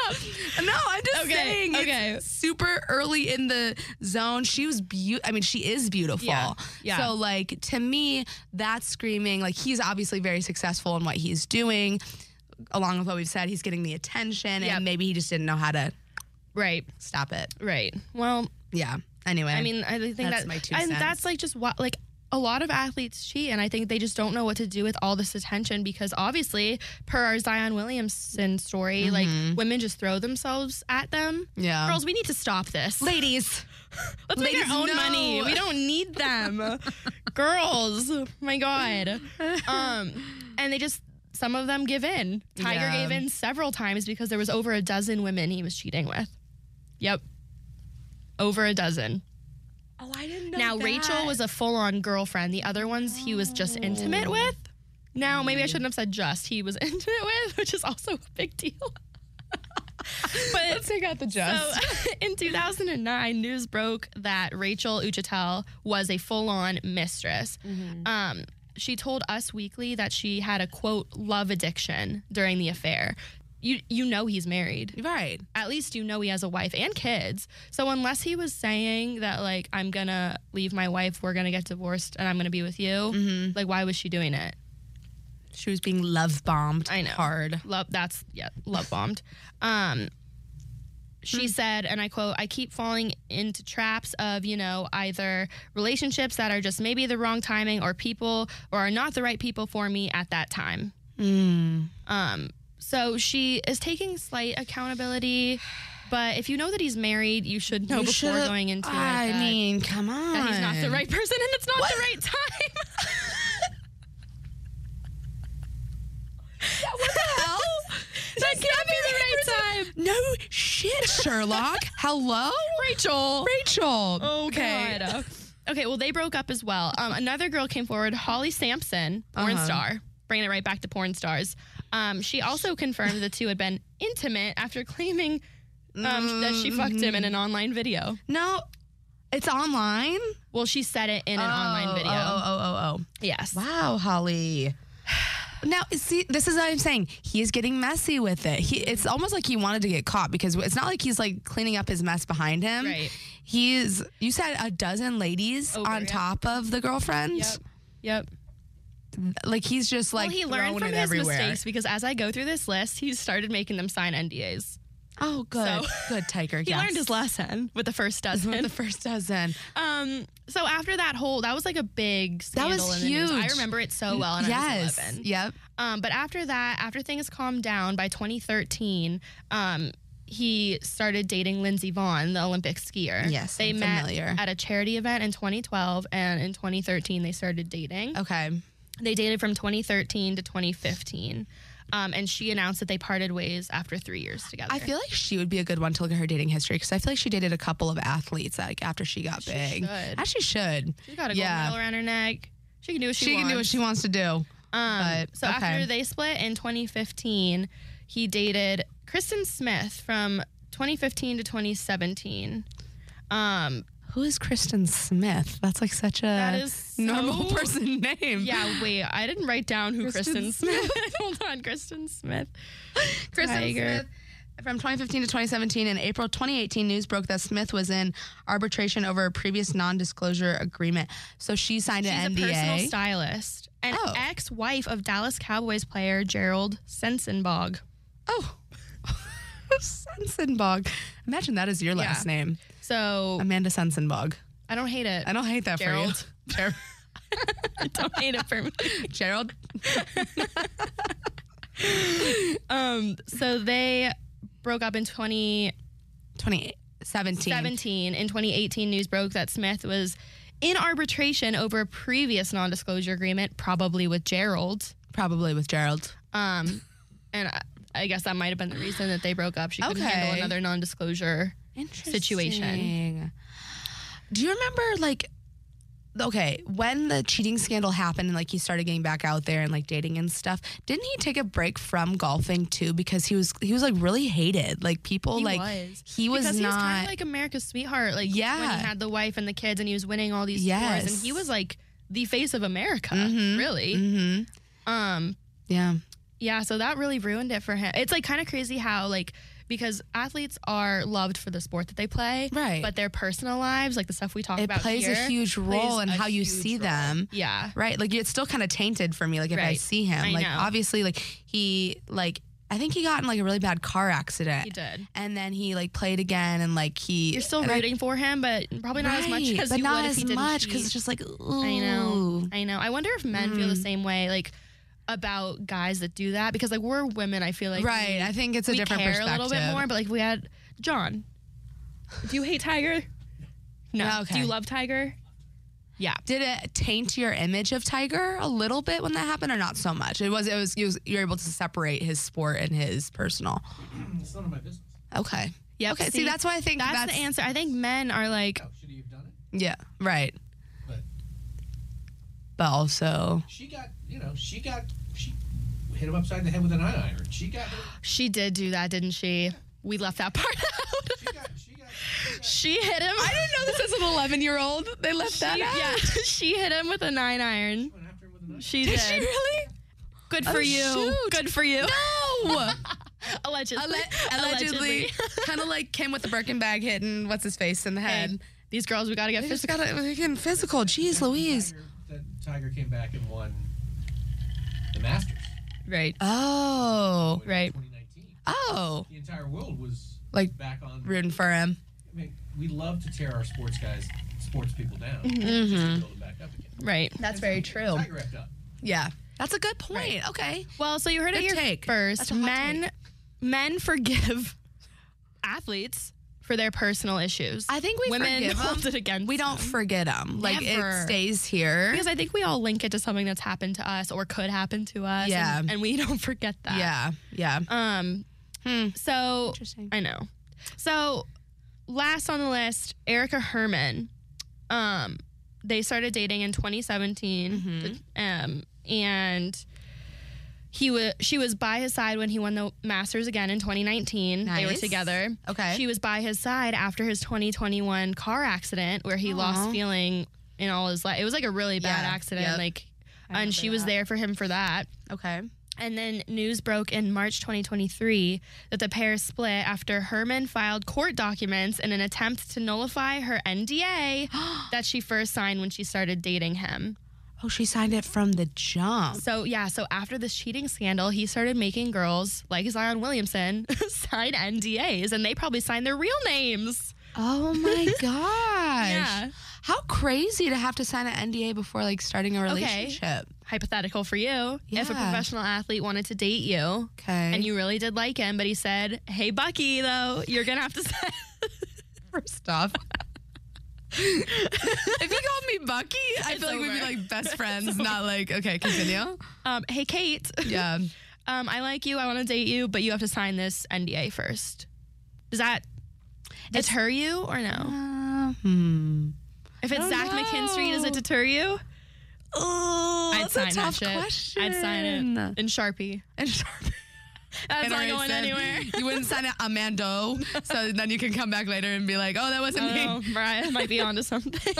A: up.
B: No, I'm just
A: Okay,
B: saying. it's
A: okay.
B: super early in the zone. She was beautiful. I mean, she is beautiful.
A: Yeah, yeah.
B: So, like to me, that's screaming. Like he's obviously very successful in what he's doing. Along with what we've said, he's getting the attention,
A: Yep.
B: and maybe he just didn't know how to
A: Right,
B: stop it.
A: right. Well,
B: Yeah. Anyway,
A: I mean, I think
B: That's
A: that,
B: my two
A: and
B: cents.
A: that's like just what like a lot of athletes cheat, and I think they just don't know what to do with all this attention because obviously, per our Zion Williamson story, like women just throw themselves at them.
B: Mm-hmm. Yeah.
A: girls, we need to stop this.
B: ladies.
A: Let's make
B: ladies,
A: our own
B: no.
A: money. We don't need them. girls, my God. Um, and they just. Some of them give in. Tiger
B: Yeah.
A: gave in several times because there was over a dozen women he was cheating with. Yep. Over a dozen.
B: Oh, I didn't know.
A: Now Rachel was a full-on girlfriend. The other ones he was just intimate
B: Oh.
A: with. Now
B: Mm-hmm.
A: maybe I shouldn't have said just he was intimate with, which is also a big deal. but
B: take out the
A: so, in 2009, news broke that Rachel Uchitel was a full-on mistress. Um, she told Us Weekly that she had a quote love addiction during the affair. You you know he's married
B: right.
A: at least you know he has a wife and kids. So unless he was saying that like I'm gonna leave my wife, we're gonna get divorced, and I'm gonna be with you, like why was she doing it?
B: She was being love bombed.
A: I know.
B: Hard.
A: Love that's yeah, love bombed. Um she
B: Hmm.
A: said, and I quote, I keep falling into traps of, you know, either relationships that are just maybe the wrong timing or people or are not the right people for me at that time.
B: Hmm.
A: Um, so she is taking slight accountability, but if you know that he's married, you should know
B: You
A: before
B: should've-
A: going into
B: I
A: it that,
B: mean, come on.
A: that he's not the right person and it's not the right time.
B: What the hell?
A: that can't be the right time.
B: No shit, Sherlock. Hello,
A: Rachel. Oh,
B: Rachel.
A: Okay. okay, well, they broke up as well. Um, another girl came forward, Holly Sampson, porn
B: Uh-huh.
A: star, bringing it right back to porn stars. Um, she also confirmed the two had been intimate after claiming um, that she fucked him in an online video.
B: Mm-hmm. No, it's online.
A: Well, she said it in an
B: Oh,
A: online video.
B: Oh, oh, oh, oh.
A: Yes.
B: Wow, Holly. Now, see, this is what I'm saying. He is getting messy with it. He, it's almost like he wanted to get caught because it's not like he's like cleaning up his mess behind him.
A: Right.
B: He's, you said a dozen ladies
A: Over,
B: on
A: yep.
B: top of the girlfriend.
A: Yep. Yep.
B: Like he's just like
A: well, he learned
B: throwing
A: from
B: it
A: his
B: everywhere.
A: mistakes because as I go through this list, he started making them sign NDAs.
B: Oh, good.
A: So-
B: Good, Tiger.
A: He learned his lesson with the first dozen.
B: the first dozen.
A: um, so after that whole, that was like a big
B: That
A: scandal
B: was
A: in the news. I
B: huge.
A: remember it so well. And I was
B: yes.
A: 11.
B: Yep.
A: Um, but after that, after things calmed down by 2013, um, he started dating Lindsey Vaughn, the Olympic skier.
B: Yes,
A: they
B: I'm
A: met
B: familiar.
A: at a charity event in 2012, and in 2013 they started dating.
B: Okay.
A: They dated from 2013 to 2015, um, and she announced that they parted ways after three years together.
B: I feel like she would be a good one to look at her dating history because I feel like she dated a couple of athletes like after she got big.
A: should.
B: As she should.
A: she's got a gold
B: yeah.
A: medal around her neck. She can do what she,
B: She
A: wants.
B: can do what she wants to do.
A: Um,
B: But,
A: so
B: okay.
A: after they split in 2015, he dated Kristen Smith from 2015 to 2017. Um,
B: Who is Kristen Smith? That's like such a
A: That is so-
B: normal person name.
A: yeah, wait, I didn't write down who Kristen,
B: Um, Kristen
A: Smith. Hold on, Kristen Smith.
B: Kristen
A: Tiger.
B: Smith. From 2015 to 2017, in April 2018, news broke that Smith was in arbitration over a previous non-disclosure agreement. So she signed
A: She's
B: an
A: a personal
B: NDA.
A: stylist and
B: Oh.
A: ex-wife of Dallas Cowboys player Gerald Sensenbog.
B: oh, Sensenbog. Imagine that is your last name,
A: So
B: Amanda Sensenbog.
A: I don't hate it.
B: Um, I don't hate that
A: Gerald.
B: for you. Ger-
A: I don't hate it for me.
B: Gerald.
A: Um, so they broke up in 20-
B: 2017.
A: 17 in 2018 news broke that smith was in arbitration over a previous non-disclosure agreement probably with gerald
B: Probably with Gerald.
A: um, and I, I guess that might have been the reason that they broke up she couldn't handle
B: Okay.
A: another non-disclosure
B: Interesting.
A: Situation.
B: Do you remember like okay, when the cheating scandal happened and like he started getting back out there and like dating and stuff, didn't he take a break from golfing too because he was he was like really hated. Like people
A: He
B: like
A: was.
B: he was
A: because he was
B: not
A: kind of like america's sweetheart like
B: Yeah.
A: when he had the wife and the kids and he was winning all these
B: Yes.
A: wars and he was like the face of america
B: Mhm.
A: really
B: Mhm.
A: um,
B: Yeah.
A: Yeah, so that really ruined it for him. It's like kind of crazy how like because athletes are loved for the sport that they play,
B: Right.
A: But their personal lives, like the stuff we talk
B: It
A: about,
B: plays a
A: here,
B: huge
A: plays
B: role in
A: a
B: how you
A: huge
B: see
A: role.
B: them.
A: Yeah,
B: Right. Like it's still kind of tainted for me. Like if I
A: Right.
B: see him,
A: I
B: like
A: know.
B: obviously, like he, like I think he got in like a really bad car accident,
A: he did.
B: and then he like played again, and like he.
A: You're still
B: and I-
A: rooting for him, but probably not as much
B: Right,
A: as
B: but
A: you
B: not
A: would
B: as
A: if he didn't
B: much
A: cheat.
B: because it's just like ooh.
A: I know, I know. I wonder if men feel the
B: Mm.
A: same way, like about guys that do that because like we're women. I feel like
B: right.
A: We,
B: I think it's a
A: we
B: different
A: care
B: perspective.
A: a little bit more, but like if we had John. Do you hate Tiger? No.
B: Okay.
A: Do you love Tiger? Yeah.
B: Did it taint your image of Tiger a little bit when that happened, or not so much? It was. It was. You was, you're able to separate his sport and his personal.
C: It's none of my business.
B: Okay.
A: Yep,
B: Okay. See,
A: see,
B: that's why I think
A: That's,
B: that's,
A: the answer. I think men are like,
C: Oh, should he have done it?
B: Yeah. Right.
C: But
B: But also,
C: she got, you know, she got, she hit him upside the head with an iron iron. She got,
A: she did do that, didn't she? We left that part
C: she
A: out.
C: got, she got, she got
A: she hit him.
B: I didn't know this as an 11 year old. They left that
A: She,
B: out.
A: yeah, she hit him with a nine iron.
C: went after him with an iron.
A: She did.
B: Did she really?
A: Good for
B: Oh,
A: you.
B: shoot.
A: Good for you.
B: No.
A: Allegedly.
B: Oh! allegedly, kind of like Kim with the Birkin bag hitting what's his face in the
A: Hey,
B: head.
A: these girls, we gotta get
B: They just
A: physical.
B: got it again physical. Jeez Louise.
C: Tiger, that Tiger came back and won the Masters.
A: right.
B: Oh.
C: in
A: Right.
C: 2019.
B: Oh.
C: The entire world was
B: Like,
C: back on.
B: Rooting for him.
C: I mean, we love to tear our sports guys, sports people down,
B: Mm-hmm.
C: just to build them back up again.
A: Right.
B: That's very true.
C: Tiger wrapped up.
B: Yeah. That's a good point. Okay.
A: Well, so you heard it
B: Good
A: here
B: take. That's
A: first.
B: a hot
A: Men,
B: take.
A: men forgive athletes for their personal issues.
B: I think we
A: Women
B: forgive 'em.
A: hold it against.
B: We don't
A: them.
B: forget him. Like
A: Never.
B: it stays here.
A: Because I think we all link it to something that's happened to us or could happen to us.
B: Yeah.
A: And, and we don't forget that.
B: Yeah. Yeah.
A: Um,
B: Hmm.
A: so
B: Interesting.
A: I know. So last on the list, Erica Herman. Um, they started dating in 2017.
B: Mm-hmm.
A: Um, and he was she was by his side when he won the Masters again in 2019. They were
B: Nice.
A: together.
B: Okay.
A: She was by his side after his 2021 car accident where he lost
B: Aw.
A: feeling in all his life. It was like a really bad
B: Yeah,
A: accident.
B: yep.
A: Like,
B: I
A: and
B: remember
A: she was
B: that.
A: there for him for that.
B: Okay.
A: And then news broke in March 2023 that the pair split after Herman filed court documents in an attempt to nullify her NDA that she first signed when she started dating him.
B: Oh, she signed it from the jump.
A: So yeah, so after this cheating scandal, he started making girls like Zion Williamson sign NDAs, and they probably signed their real names.
B: Oh my gosh.
A: Yeah.
B: How crazy to have to sign an NDA before like starting a relationship.
A: Hypothetical for you, if a
B: Yeah.
A: professional athlete wanted to date you,
B: Okay.
A: and you really did like him, but he said, "Hey Bucky, though, you're gonna have to sign."
B: first off. if you called me Bucky, I feel like we'd be
A: over.
B: like best friends, not like okay, continue.
A: Um, hey Kate,
B: Yeah.
A: um, I like you, I want to date you, but you have to sign this NDA first. Does that deter you or no?
B: Uh, hmm.
A: If it's
B: don't
A: Zach McKinstry, does it
B: know.
A: deter you?
B: Oh,
A: I'd
B: that's
A: sign
B: a tough
A: that shit.
B: question.
A: I'd sign it in Sharpie.
B: And Sharpie.
A: That's
B: and
A: not
B: I
A: going
B: said,
A: anywhere.
B: You wouldn't sign it Amando, so then you can come back later and be like, oh, that wasn't me.
A: Oh, Mariah might be onto something.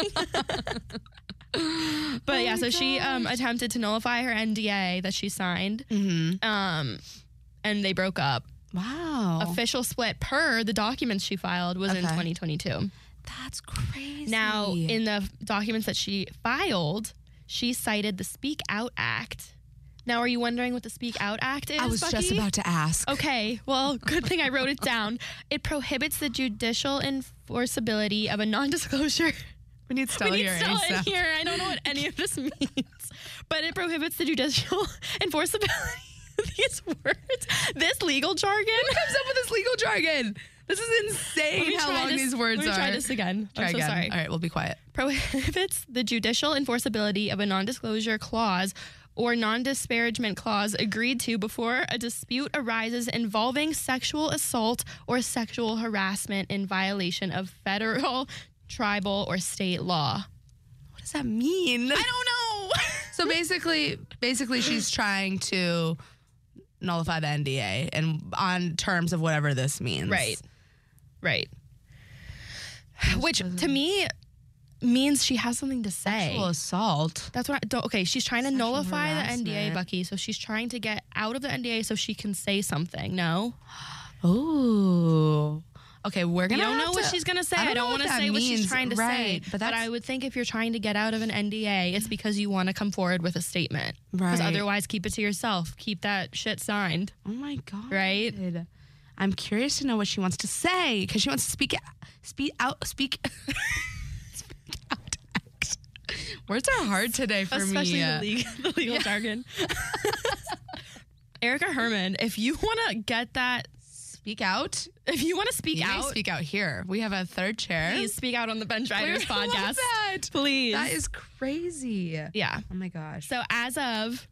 B: Oh
A: but yeah, so she um, attempted to nullify her NDA that she signed,
B: Mhm.
A: um, and they broke up.
B: Wow.
A: Official split per the documents she filed was in
B: Oh. Okay.
A: 2022.
B: That's crazy.
A: Now, in the documents that she filed, she cited the Speak Out Act. Now, are you wondering what the Speak Out Act is?
B: I was just
A: Bucky?
B: about to ask.
A: Okay, well, good thing I wrote it down. It prohibits the judicial enforceability of a non disclosure.
B: We need Stella
A: we need
B: here.
A: Stella in
B: ASAP.
A: here. I don't know what any of this means, but it prohibits the judicial enforceability of these words. This legal jargon. Who
B: comes up with this legal jargon? This is insane how long these words
A: let me
B: are.
A: Try this again.
B: Try
A: I'm so
B: again.
A: sorry.
B: All right, we'll be quiet.
A: Prohibits the judicial enforceability of a non-disclosure clause or non-disparagement clause agreed to before a dispute arises involving sexual assault or sexual harassment in violation of federal, tribal, or state law.
B: What does that mean?
A: I don't know.
B: So basically, basically, she's trying to nullify the NDA and on terms of whatever this means.
A: Right. Right. Which to me means she has something to say.
B: Sexual assault.
A: That's what I don't, okay, she's trying to nullify the NDA,
B: harassment.
A: Bucky. So she's trying to get out of the NDA so she can say something. No,
B: Ooh. Okay, we're
A: I
B: gonna.
A: don't
B: have
A: know what
B: to-
A: she's gonna say.
B: I
A: I
B: don't
A: don't,
B: know what
A: want to
B: that
A: say what she's
B: means.
A: trying to say.
B: Right, but
A: But,
B: that's-
A: I would think if you're trying to get out of an NDA, it's because you want to come forward with a statement. Because
B: Right.
A: otherwise, keep it to yourself. Keep that shit signed.
B: Oh my god.
A: Right?
B: I'm curious to know what she wants to say because she wants to speak, speak out, speak. speak out. Words are hard today for
A: especially
B: me.
A: the, legal, the legal jargon. Erica Herman, if you want to get that,
B: Speak out.
A: if you want to speak
B: You may
A: out,
B: speak out here. We have a third chair.
A: please speak out on the Bench Riders
B: I love
A: podcast.
B: that.
A: Please.
B: That is crazy.
A: yeah.
B: Oh my gosh.
A: So as of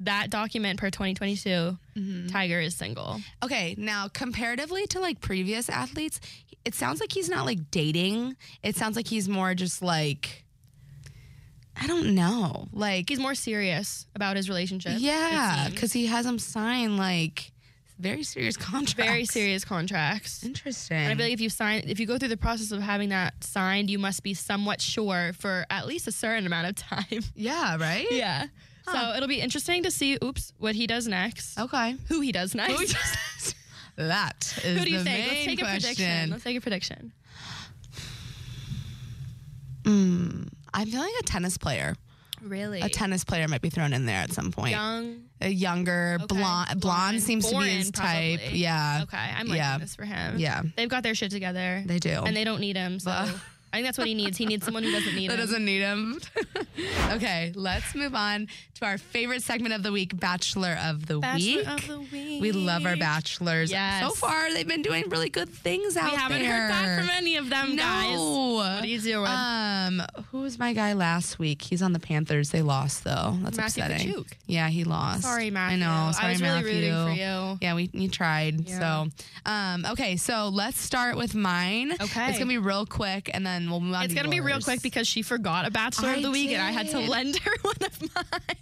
A: that document per 2022,
B: Mm-hmm.
A: Tiger is single.
B: Okay, now comparatively to like previous athletes, it sounds like he's not like dating. It sounds like he's more just like I don't know. Like
A: He's more serious about his relationship. it
B: yeah,
A: seems.
B: cuz he has him sign like very serious contracts.
A: very serious contracts.
B: Interesting.
A: And I feel like if you sign, if you go through the process of having that signed, you must be somewhat sure for at least a certain amount of time.
B: yeah, right?
A: Yeah. So it'll be interesting to see, oops, what he does next.
B: Okay.
A: Who he does next. Who,
B: that is
A: do you
B: the
A: think? Let's
B: main
A: take a prediction.
B: question.
A: Let's take a prediction.
B: Mm, I'm feeling a tennis player.
A: Really?
B: A tennis player might be thrown in there at some point.
A: young.
B: a younger
A: Okay.
B: blonde, blonde.
A: Blonde.
B: seems to be
A: Foreign,
B: his type.
A: probably.
B: Yeah.
A: Okay, I'm liking
B: Yeah.
A: this for him.
B: Yeah.
A: They've got their shit together.
B: They do.
A: and they don't need him. So I
B: Well-
A: think that's what he needs. He needs someone who doesn't need
B: that
A: him.
B: doesn't need him. okay, let's move on to our favorite segment of the week, Bachelor of the
A: Bachelor
B: Week.
A: of the week.
B: We love our bachelors.
A: Yes.
B: So far, they've been doing really good things out
A: We
B: there.
A: haven't heard back from any of them, guys. What
B: No.
A: do you deal with?
B: Um, who was my guy last week? He's on the Panthers. They lost though. That's
A: Matthew
B: upsetting.
A: Kachuk.
B: Yeah, he lost.
A: Sorry, Matthew.
B: I know. Sorry,
A: I was
B: Matthew.
A: really rooting for you.
B: Yeah, we you tried.
A: Yeah.
B: So, um, okay, so let's start with mine.
A: Okay.
B: it's gonna be real quick, and then we'll move on.
A: It's
B: to
A: gonna be real
B: yours.
A: quick because she forgot a Bachelor
B: I
A: of the Week, and I had to
B: did.
A: lend her one of mine.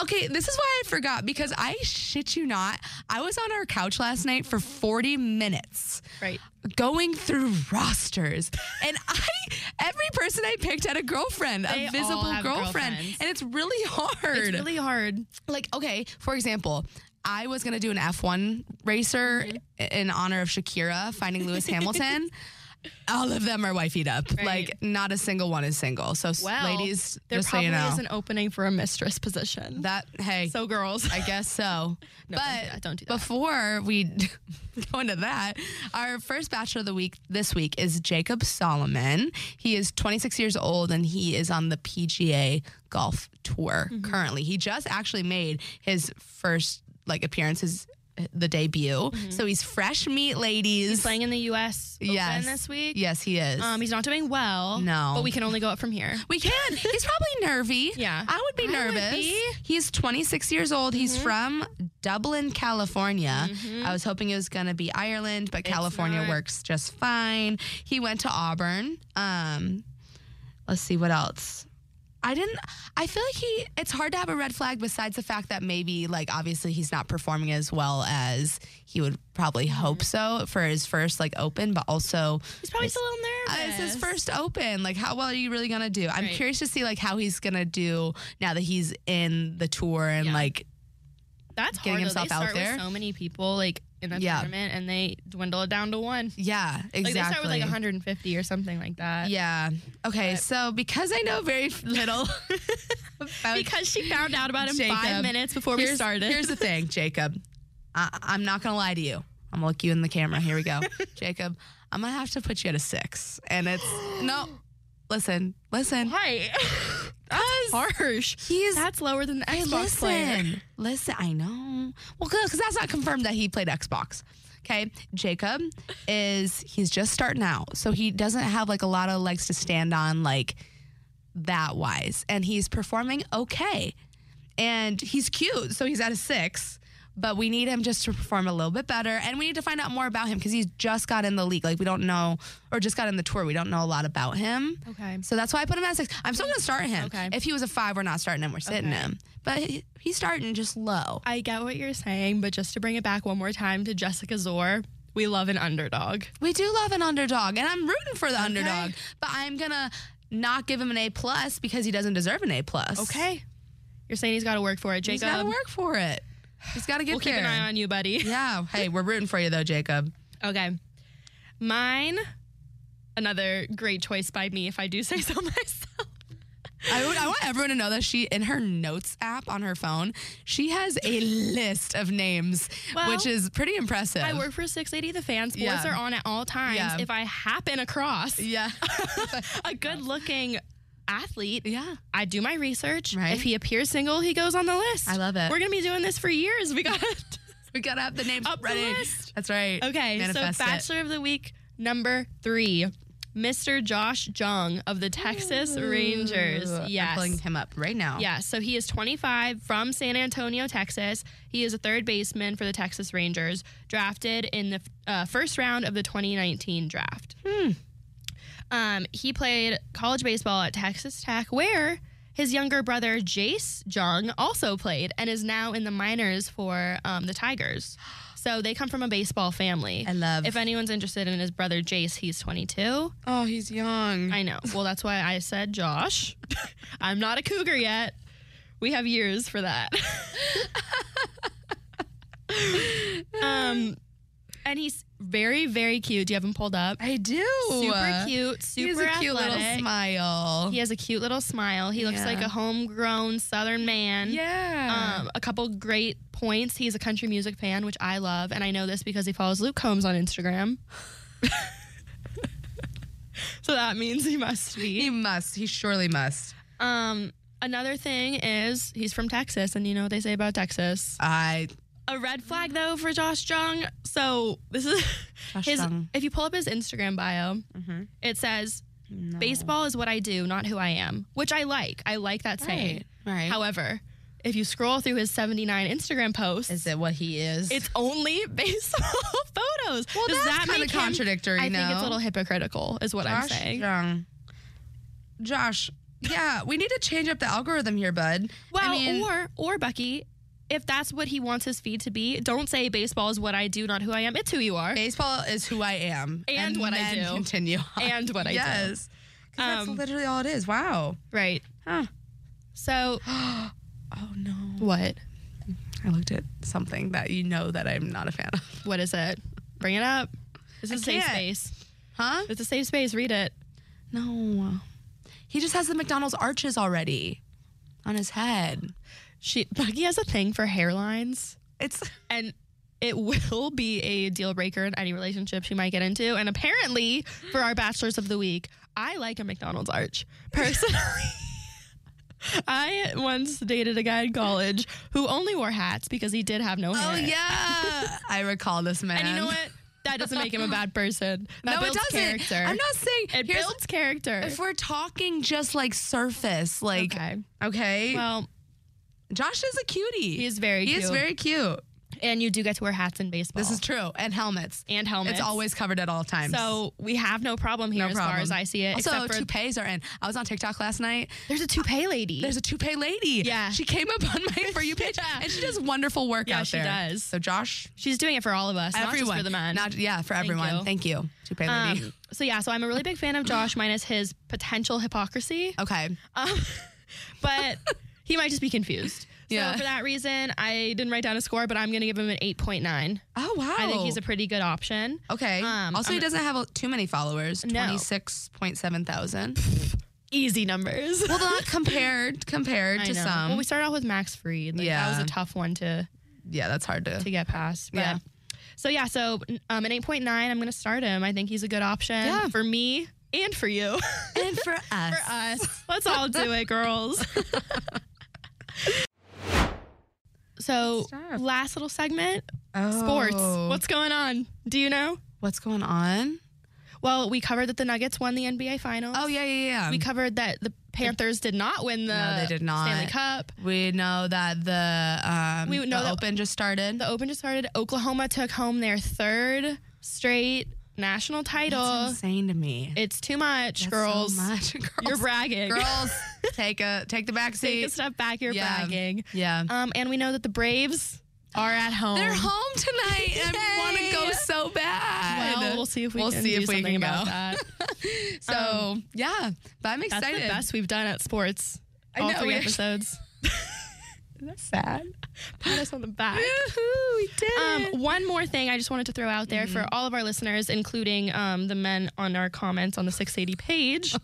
B: Okay, this is why I forgot because I shit you not, I was on our couch last night for 40 minutes.
A: Right.
B: Going through rosters. And I every person I picked had a girlfriend,
A: They
B: a
A: all
B: visible
A: have
B: girlfriend.
A: girlfriends.
B: And it's really hard.
A: It's really hard.
B: like, okay, for example, I was Mm-hmm. gonna do an F1 racer in honor of Shakira finding Lewis Hamilton. all of them are wifeyed up.
A: Right.
B: Like not a single one is single. So s-
A: Well,
B: ladies,
A: there
B: just so
A: probably
B: you know,
A: is an opening for a mistress position.
B: that hey,
A: so girls,
B: I guess so.
A: No, don't do
B: but
A: that, don't do that.
B: before we go into that, our first Bachelor of the Week this week is Jacob Solomon. He is 26 years old and he is on the PGA Golf Tour
A: Mm-hmm.
B: currently. He just actually made his first like appearance, his the debut. So he's fresh meat, ladies.
A: Mm-hmm. he's playing in the U.S. Open
B: yes.
A: this week.
B: Yes, he is.
A: Um, he's not doing well.
B: No.
A: But we can only go up from here.
B: We can. He's probably nervy.
A: Yeah.
B: I would be
A: I would
B: nervous.
A: be. Mm-hmm.
B: He's 26 years old. He's from Dublin, California. I was hoping it was going to be Ireland, but California
A: not.
B: works just fine. He went to Auburn. Um, let's see what else. I didn't. I feel like he. It's hard to have a red flag besides the fact that maybe, like, obviously he's not performing as well as he would probably
A: Mm-hmm.
B: hope so for his first like open, but also
A: He's probably still a little
B: uh,
A: nervous.
B: it's his first open. Like, how well are you really gonna do? I'm
A: Right.
B: curious to see like how he's gonna do now that he's in the tour and
A: Yeah.
B: like
A: That's
B: getting
A: hard, though.
B: himself
A: they
B: out
A: start with
B: there.
A: so many people like in a
B: Yeah.
A: tournament, and they dwindle it down to one.
B: yeah, exactly.
A: Like they start with like 150 or something like that.
B: Yeah. Okay. So because I know very f- little about
A: Because she found out about him
B: Jacob,
A: five minutes before we
B: here's-
A: started.
B: Here's the thing, Jacob. I, I'm not gonna lie to you. I'm gonna look you in the camera. Here we go, Jacob. I'm gonna have to put you at a six, and it's no. Listen, listen.
A: Why? That's harsh.
B: He's
A: That's lower than the
B: Hey,
A: Xbox player.
B: listen, listen. I know. Well, good because that's not confirmed that he played Xbox. Okay, Jacob is he's just starting out, so he doesn't have like a lot of legs to stand on, like that wise, and he's performing okay, and he's cute, so he's at a six. But we need him just to perform a little bit better, and we need to find out more about him because he's just got in the league. Like we don't know, or just got in the tour. We don't know a lot about him.
A: Okay.
B: So that's why I put him at a six. I'm still gonna start him.
A: Okay.
B: If he was a five, we're not starting him. We're sitting
A: Okay.
B: him. But he, he's starting just low.
A: I get what you're saying, but just to bring it back one more time to Jessica Zor, we love an underdog.
B: We do love an underdog, and I'm rooting for the underdog. But I'm gonna not give him an A plus because he doesn't deserve an A plus.
A: Okay. You're saying he's got to work for it,
B: He's
A: Jacob.
B: gotta work for it. He's gotta get
A: We'll
B: there.
A: keep an eye on you, buddy.
B: yeah. Hey, we're rooting for you though, Jacob.
A: Okay. Mine, another great choice by me, if I do say so myself.
B: I, would, I want everyone to know that she, in her notes app on her phone, she has a list of names,
A: Well,
B: which is pretty impressive.
A: I work for 680 The Fan. Sports
B: Yeah.
A: are on at all times.
B: Yeah.
A: If I happen across
B: Yeah.
A: a good looking athlete,
B: yeah.
A: I do my research.
B: Right.
A: If he appears single, he goes on the list.
B: I love it.
A: We're going to be doing this for years. We got it.
B: We gotta have the names
A: Up the
B: ready.
A: list.
B: That's right.
A: Okay,
B: Manifest
A: so
B: it.
A: Bachelor of the Week number three, Mr. Josh Jung of the Texas Rangers.
B: Ooh, I'm
A: Yes.
B: pulling him up right now.
A: Yeah, so he is 25 from San Antonio, Texas. He is a third baseman for the Texas Rangers, drafted in the uh, first round of the 2019 draft.
B: Hmm.
A: Um, he played college baseball at Texas Tech, where his younger brother Jace Jung also played and is now in the minors for um, the Tigers. So they come from a baseball family.
B: I love.
A: If anyone's interested in his brother Jace, he's 22.
B: oh, he's young.
A: I know. Well, that's why I said Josh. I'm not a cougar yet. We have years for that. um, and he's very, very cute. Do you have him pulled up?
B: I do.
A: Super cute, super
B: He has a cute
A: athletic.
B: little smile.
A: He has a cute little smile. He looks
B: Yeah.
A: like a homegrown Southern man.
B: Yeah.
A: Um, a couple great points. He's a country music fan, which I love, and I know this because he follows Luke Combs on Instagram. so that means he must
B: he
A: be.
B: must. He surely must.
A: Um, another thing is he's from Texas, and you know what they say about Texas.
B: I.
A: A red flag though for Josh Jung. So this is
B: Josh
A: his.
B: Jung. Mm-hmm.
A: If you pull up his Instagram bio, it says baseball is what I do, not who I am, which I like. I like that saying.
B: Right.
A: However, if you scroll through his 79 Instagram posts,
B: is it what he is?
A: it's only baseball photos.
B: Well,
A: Does
B: that's
A: that
B: kinda
A: make him-
B: contradictory,
A: I think
B: no?
A: it's a little hypocritical, is what I'm
B: Josh
A: saying.
B: Young. Josh. Yeah, we need to change up the algorithm here, bud.
A: Well,
B: I mean,
A: or or Bucky, if that's what he wants his feed to be, don't say baseball is what I do, not who I am. It's who you are
B: baseball is who I am
A: And what I
B: then
A: do.
B: Continue. on.
A: and what I do.
B: yes. 'Cause
A: Um,
B: that's literally all it is. Wow.
A: Right.
B: Huh.
A: So
B: oh no.
A: what?
B: I looked at something that you know that I'm not a fan of.
A: What is it? Bring it up. This is a safe
B: can't.
A: space.
B: Huh?
A: It's a safe space. Read it.
B: No. He just has the McDonald's arches already on his head.
A: She Bucky has a thing for hairlines,
B: It's
A: and it will be a deal breaker in any relationship she might get into. And apparently, for our bachelors of the week, I like a McDonald's arch personally. I once dated a guy in college who only wore hats because he did have no hair.
B: Oh yeah. I recall this man.
A: And you know what? That doesn't make him a bad person. That
B: no, it
A: builds
B: doesn't.
A: character.
B: I'm not saying
A: It
B: here's-
A: builds character.
B: if we're talking just like surface, like
A: okay.
B: okay.
A: Well,
B: Josh is a cutie.
A: He is very
B: he is
A: cute.
B: very cute.
A: and you do get to wear hats in baseball.
B: This is true. And helmets.
A: and helmets.
B: It's always covered at all times.
A: So we have no problem here
B: no
A: as
B: problem.
A: far as I see it.
B: Also,
A: except for
B: toupees are in. I was on TikTok last night.
A: there's a toupee lady.
B: There's a toupee lady.
A: Yeah.
B: She came up on my For You page
A: Yeah.
B: and she does wonderful work
A: Yeah,
B: out
A: she
B: there.
A: does.
B: So, Josh,
A: She's doing it for all of us, not
B: everyone.
A: just for the men.
B: Not, yeah, for everyone.
A: you.
B: Thank you, toupee lady.
A: um, so yeah, so I'm a really big fan of Josh minus his potential hypocrisy,
B: okay.
A: um, but he might just be confused.
B: Yeah.
A: So for that reason, I didn't write down a score, but I'm gonna give him an 8.9.
B: Oh, wow.
A: I think he's a pretty good option.
B: Okay.
A: um,
B: also, he
A: I'm-
B: doesn't have uh, too many followers.
A: No.
B: 26.7 thousand.
A: Easy numbers.
B: well, not compared compared
A: I
B: to
A: know.
B: some.
A: Well, we started off with Max Freed. Like,
B: Yeah.
A: that was a tough one to
B: yeah, that's hard to.
A: to get past. But,
B: Yeah.
A: So yeah, so um, an 8.9, I'm going to start him. I think he's a good option
B: Yeah.
A: for me and for you.
B: And for us.
A: for us. Let's all do it, girls. so
B: Stop.
A: last little segment,
B: Oh.
A: sports. What's going on? Do you know?
B: What's going on?
A: Well, we covered that the Nuggets won the NBA Finals.
B: Oh, yeah, yeah, yeah.
A: We covered that the Panthers did not win the
B: No, they did not.
A: Stanley Cup.
B: We know that the um,
A: We know
B: the
A: that-
B: Open just started.
A: The Open just started. Oklahoma took home their third straight national title.
B: That's insane to me.
A: It's too much, girls.
B: so much. girls.
A: You're bragging.
B: Girls, take a take the back
A: Take a
B: seat.
A: step back. You're
B: Yeah.
A: bragging.
B: Yeah,
A: Um, and we know that the Braves are at home.
B: they're home tonight. and I want to
A: Yay.
B: go so bad.
A: Well, we'll see if we
B: We'll
A: can
B: see
A: do
B: if we
A: something
B: can
A: about
B: go.
A: that. Um,
B: So yeah, but I'm
A: That's
B: excited.
A: the best we've done at sports.
B: I
A: all
B: know,
A: three
B: we actually-
A: episodes.
B: That's sad.
A: Pat us on the back.
B: Woohoo, we did it.
A: Um, one more thing I just wanted to throw out there
B: Mm-hmm.
A: for all of our listeners, including um, the men on our comments on the 680 page.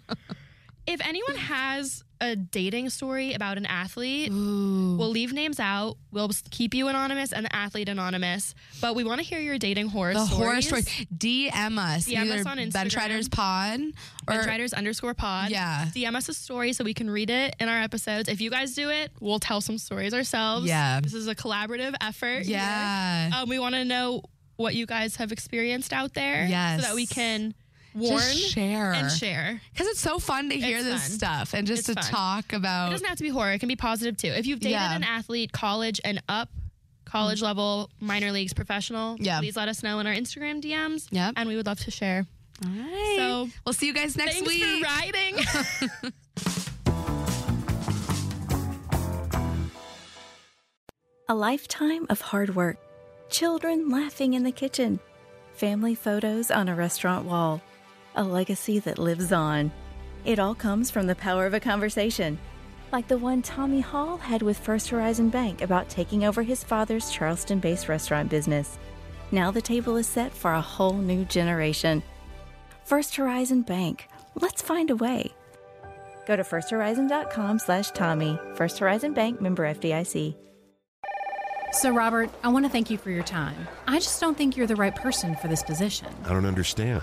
A: if anyone has a dating story about an athlete,
B: Ooh.
A: We'll leave names out. We'll keep you anonymous and the athlete anonymous. But we want to hear your dating horror
B: the horror
A: stories.
B: story. DM
A: DM
B: us.
A: us
B: either
A: on
B: Ben
A: Instagram.
B: Triders Pod or
A: Benchriders underscore pod.
B: Yeah.
A: DM us a story so we can read it in our episodes. If you guys do it, we'll tell some stories ourselves.
B: Yeah.
A: This is a collaborative effort. here.
B: Yeah.
A: Um, we want to know what you guys have experienced out there.
B: Yes.
A: So that we can warn
B: Just share
A: and share.
B: because it's so fun to hear
A: It's
B: this
A: fun.
B: stuff and just
A: It's
B: to
A: fun.
B: talk
A: It
B: about.
A: doesn't have to be horror. It can be positive too. If you've dated
B: Yeah. Mm-hmm.
A: an athlete, college and up, college level, minor leagues, professional,
B: Yeah.
A: please let us know in our Instagram DMs.
B: Yep.
A: And we would love to share.
B: All right.
A: So-
B: we'll see you guys next
A: Thanks
B: week.
A: for riding.
D: A lifetime of hard work, children laughing in the kitchen, family photos on a restaurant wall, a legacy that lives on. It all comes from the power of a conversation, like the one Tommy Hall had with First Horizon Bank about taking over his father's Charleston based restaurant business. Now the table is set for a whole new generation. First Horizon Bank, let's find a way. Go to firsthorizon.com slash Tommy, First Horizon Bank member FDIC.
E: So, Robert, I want to thank you for your time. I just don't think you're the right person for this position.
F: I don't understand.